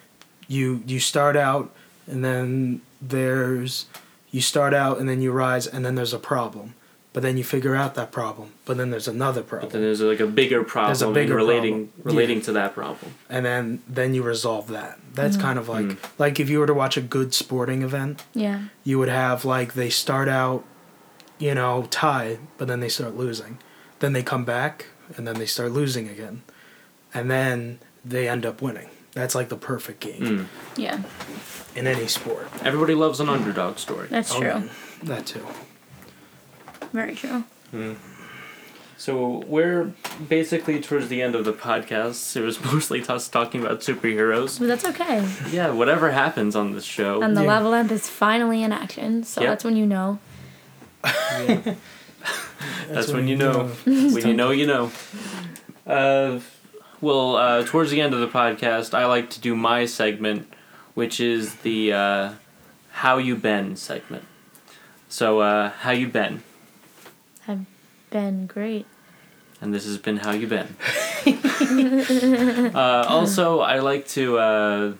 you you start out and then there's you start out and then you rise and then there's a problem. But then you figure out that problem. But then there's another problem. but then there's like a bigger problem There's a and bigger relating problem. relating to that problem and then then you resolve that. That's kind of Mm. like like if you were to watch a good sporting event, Yeah. you would have like they start out, you know, tied, but then they start losing. Then they come back and then they start losing again. And then they end up winning. That's like the perfect game Mm. Yeah. in any sport. everybody loves an underdog story That's Oh, true. That too. Very true. so we're basically towards the end of the podcast it was mostly us talking about superheroes But that's okay. yeah whatever happens on this show And the Yeah. level up is finally in action, so Yep. that's when you know. That's when you know. when you know, you know. Uh, well, uh, towards the end of the podcast, I like to do my segment, which is the uh, "How You Been" segment. So, uh, how you been? I've been great. And this has been how you been. uh, also, I like to uh,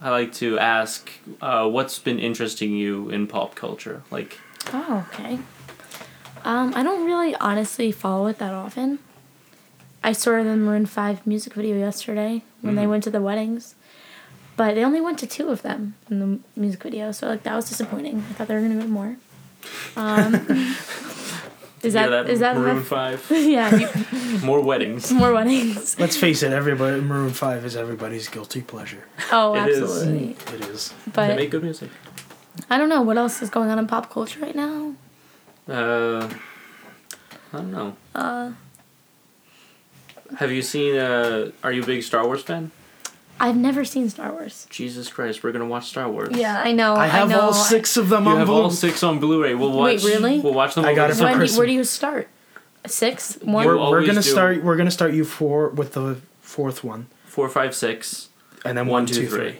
I like to ask uh, what's been interesting you in pop culture, like Oh, okay. Um, I don't really honestly follow it that often. I saw the Maroon 5 music video yesterday when Mm. they went to the weddings. But they only went to two of them in the m- music video, so like that was disappointing. I thought they were gonna go to more. Um, is you that, hear that is that Maroon enough? Five? yeah, you- More weddings. more weddings. Let's face it, everybody Maroon Five is everybody's guilty pleasure. Oh, It is. absolutely. It is. They But make good music. I don't know what else is going on in pop culture right now. Uh, I don't know. Uh, Have you seen? Uh, are you a big Star Wars fan? I've never seen Star Wars. Jesus Christ, we're gonna watch Star Wars. Yeah, Oh, I know. I have know. all six of them You on have Blu- all six on Blu-ray. We'll watch. Wait, really? We'll watch them. I over got it the for summer. When do, Christmas. where do you start? Six? One? We're, You we're gonna always do. start. We're gonna start you four with the fourth one, Four, five, six. and then One, two, three.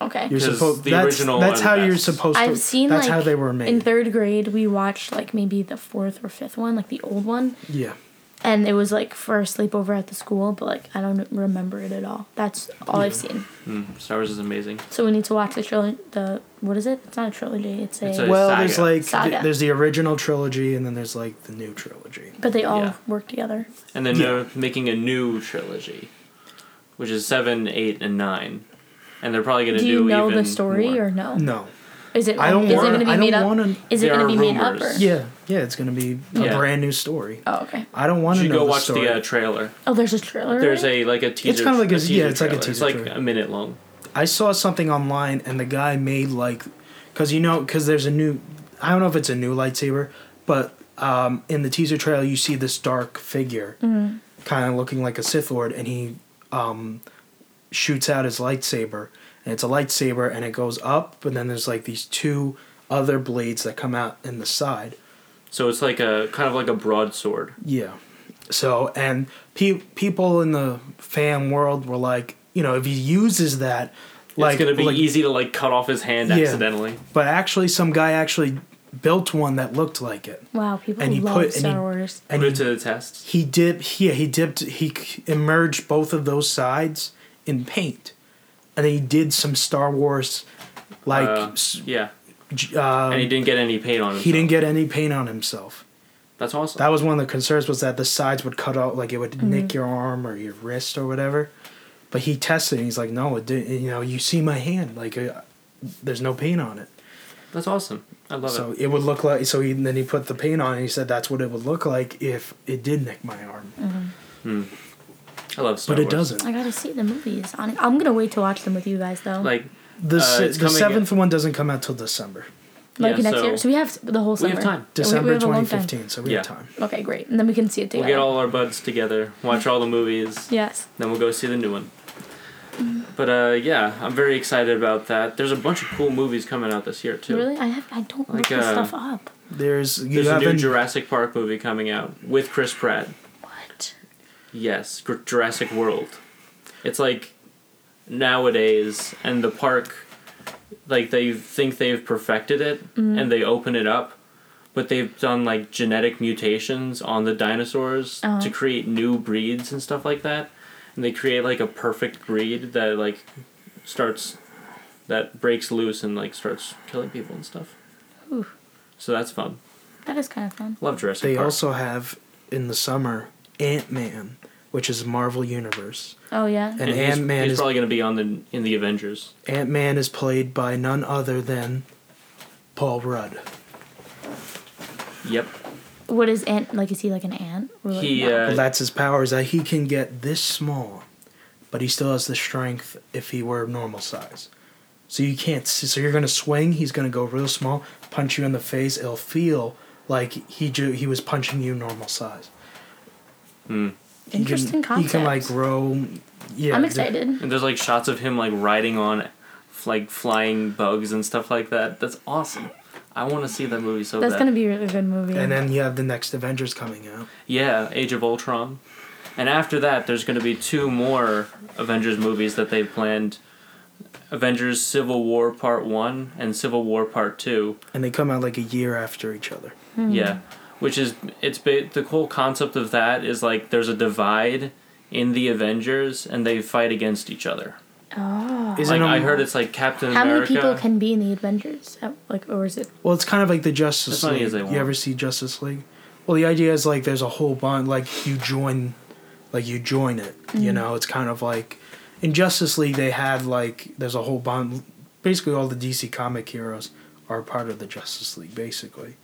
okay. You're 'Cause supposed. the That's, original that's and how you're best. supposed to. I've seen That's like how they were made. in third grade. We watched like maybe the fourth or fifth one, like the old one, yeah. and it was like for a sleepover at the school. But like I don't remember it at all. That's all I've seen. Mm, Star Wars is amazing. So we need to watch the trilogy. The what is it? It's not a trilogy. It's a. It's a- Well, saga. there's like th- Saga. there's the original trilogy, and then there's like the new trilogy. but they all yeah. work together. And then Yeah. they're making a new trilogy, which is seven, eight, and nine. And they're probably gonna Do do. you know even the story more. or no? No, Is it? I don't is it want. gonna be I made don't up? want to. Is it There gonna are be made up or? rumors. Yeah, yeah. It's gonna be a Yeah. brand new story. Oh okay. I don't want You to should know go the watch story. the uh, trailer. Oh, there's a trailer. There's a like a teaser. kinda like a- teaser yeah, it's like a trailer. teaser It's like trailer. a minute long. I saw something online, and the guy made like, cause you know, cause there's a new. I don't know if it's a new lightsaber, but um, in the teaser trailer, you see this dark figure, kind of looking like a Sith Lord, and he um, shoots out his lightsaber, and it's a lightsaber, and it goes up, and then there's like these two other blades that come out in the side. So it's like a kind of like a broadsword. Yeah. So and pe- people in the fan world were like, you know, if he uses that, like it's gonna be like- easy to like cut off his hand Yeah. accidentally. But actually, some guy actually built one that looked like it, wow. People and he love put- and Star he- Wars. and Put he, it to the test. he dipped. Yeah, he dipped. He c- emerged both of those sides in paint, and then he did some Star Wars, like Uh, s- yeah, j- uh, and he didn't get any paint on himself. he didn't get any paint on himself. That's awesome. That was one of the concerns was that the sides would cut out, like it would nick your arm or your wrist or whatever. But he tested, and he's like, "No, it didn't. You know, you see my hand, like uh, there's no paint on it." That's awesome. I love So it. it would look like so. He, then he put the paint on, and he said that's what it would look like if it did nick my arm, Mm. I love Star but it Wars. doesn't. I gotta see the movies. hon- I'm gonna wait to watch them with you guys though. Like The, Uh, se- it's the coming- seventh one doesn't come out till December, Might be yeah, next so year. So we have the whole we summer. have time. Yeah, we- we December have a long twenty time. fifteen. So we have Yeah. time. Okay, great. And then we can see it We'll together. get all our buds together, watch all the movies, Yes. then we'll go see the new one. But uh, yeah, I'm very excited about that. There's a bunch of cool movies coming out this year too. Really, I have. I don't look Like, this uh, stuff up. There's you There's a new haven't. Jurassic Park movie coming out with Chris Pratt. What? Yes, Gr- Jurassic World. It's like nowadays, and the park, like they think they've perfected it, and they open it up, but they've done like genetic mutations on the dinosaurs Oh. to create new breeds and stuff like that, and they create like a perfect breed that like starts, that breaks loose and like starts killing people and stuff. Ooh. So that's fun. That is kind of fun. Love Jurassic they Park. also have in the summer Ant Man, which is Marvel Universe, Oh yeah. and, and he's- Ant Man he's is probably gonna be on the in the Avengers. Ant Man is played by none other than Paul Rudd. Yep. What is ant? Like, is he like an ant? Or like- He, no. uh, Well, that's his power is that he can get this small, but he still has the strength if he were normal size. So you can't. See, so you're gonna swing. He's gonna go real small, punch you in the face. It'll feel like he ju- he was punching you normal size. He can- Interesting concept. He can like grow. Yeah, I'm the- excited. And there's like shots of him like riding on like flying bugs and stuff like that. That's awesome. I want to see that movie so That's bad. gonna be a really good movie. And then you have the next Avengers coming out. yeah, Age of Ultron. And after that, there's going to be two more Avengers movies that they've planned. Avengers Civil War Part 1 and Civil War Part 2. And they come out like a year after each other. Hmm. Yeah, which is it's ba- the whole concept of that is like there's a divide in the Avengers and they fight against each other. oh. Isn't Like it- I heard it's like Captain How many America. people can be in the Avengers? Oh, Like, or is it? Well, it's kind of like the Justice As many League. as they You want. ever see Justice League? Well, the idea is like there's a whole bond, like you join, like you join it. You Mm-hmm. know, it's kind of like in Justice League they had like there's a whole bond. Basically, all the DC comic heroes are part of the Justice League. Basically,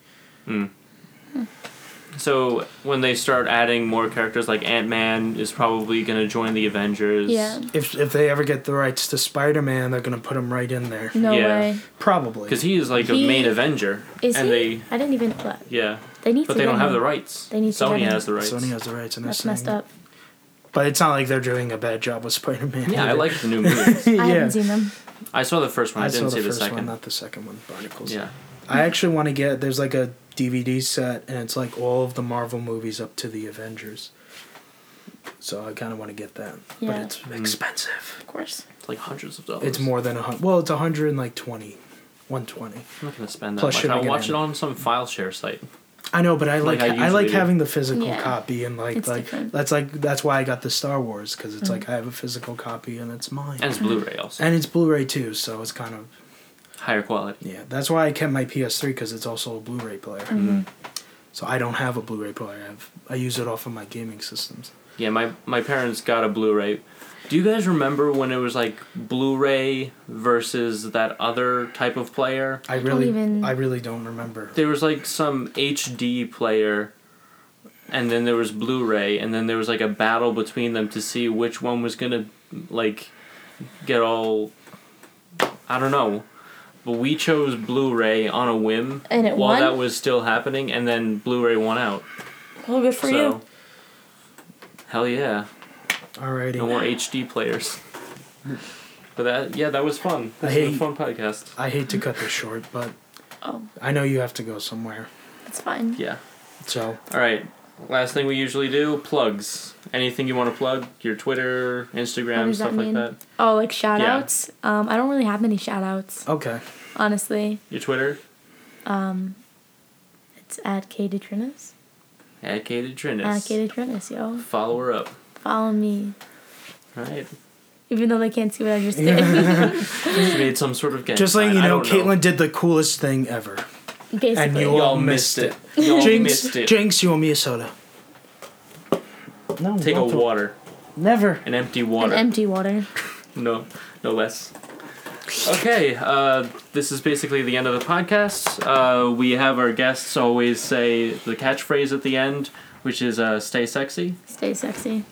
So when they start adding more characters, like Ant Man is probably gonna join the Avengers. Yeah. if if they ever get the rights to Spider Man, they're gonna put him right in there. No Yeah. way. Probably. because he is like He- a main Avenger. Is and he? they I didn't even. Look. yeah, They need. but to they get don't have him. the rights. They need to Sony get him. has the rights. Sony has the rights, and That's they're messed saying up. But it's not like they're doing a bad job with Spider Man. Yeah, I like the new movies. I haven't seen them. I saw the first one. I, I saw didn't the see the first second. one, not the second one. Barnacles. yeah. I actually want to get. There's like a DVD set, and it's like all of the Marvel movies up to the Avengers. So I kind of want to get that, but Yeah. it's expensive. Of course. It's like hundreds Mm. of dollars. It's more than a hundred. Well, it's a hundred and like twenty. 120. I'm not gonna spend that Plus much. shipping I'll and watch it handling. on some file share site. I know, but I like, Like I I, like usually do. having the physical Yeah. copy and like It's like different. Mm. that's like that's why I got the Star Wars because it's like I have a physical copy and it's mine. And it's Uh-huh. Blu-ray also. And it's Blu-ray too, so it's kind of Higher quality. yeah. That's why I kept my PS3 because it's also a Blu-ray player. Mhm. So I don't have a Blu-ray player. I have I use it off of my gaming systems. Yeah, my my parents got a Blu-ray. Do you guys remember when it was like Blu-ray versus that other type of player? I, I don't really even- I really don't remember. There was like some HD player, and then there was Blu-ray, and then there was like a battle between them to see which one was gonna like get all. I don't know, but we chose Blu-ray on a whim And it while won? that was still happening, and then Blu-ray won out. Well, good for so, you. hell yeah. Alrighty. No more HD players. But that, yeah, that was fun. I This was a hate- fun podcast. I hate to cut this short, but Oh, I know you have to go somewhere. that's fine. Yeah. So All right. Last thing we usually do plugs. Anything you want to plug? Your Twitter, What Instagram, does stuff that like mean? that. Oh, like shout Yeah. outs? Um, I don't really have many shout outs, okay, honestly. Your Twitter? Um, it's at K Detrinis. At Katie At Trinis. K Detrinis, yo. Follow her up. Follow me. All right. Even though they can't see what I just did. She made some sort of game. just letting you I know, don't Caitlin did the coolest thing ever. Basically. And you Y'all all missed it. missed it. Y'all Jinx, missed it. Jinx, you owe me a soda. No, Take a don't throw- water. Never. An empty An water. empty water. No, no less. Okay, uh, this is basically the end of the podcast. Uh, we have our guests always say the catchphrase at the end, which is uh, "Stay sexy." Stay sexy.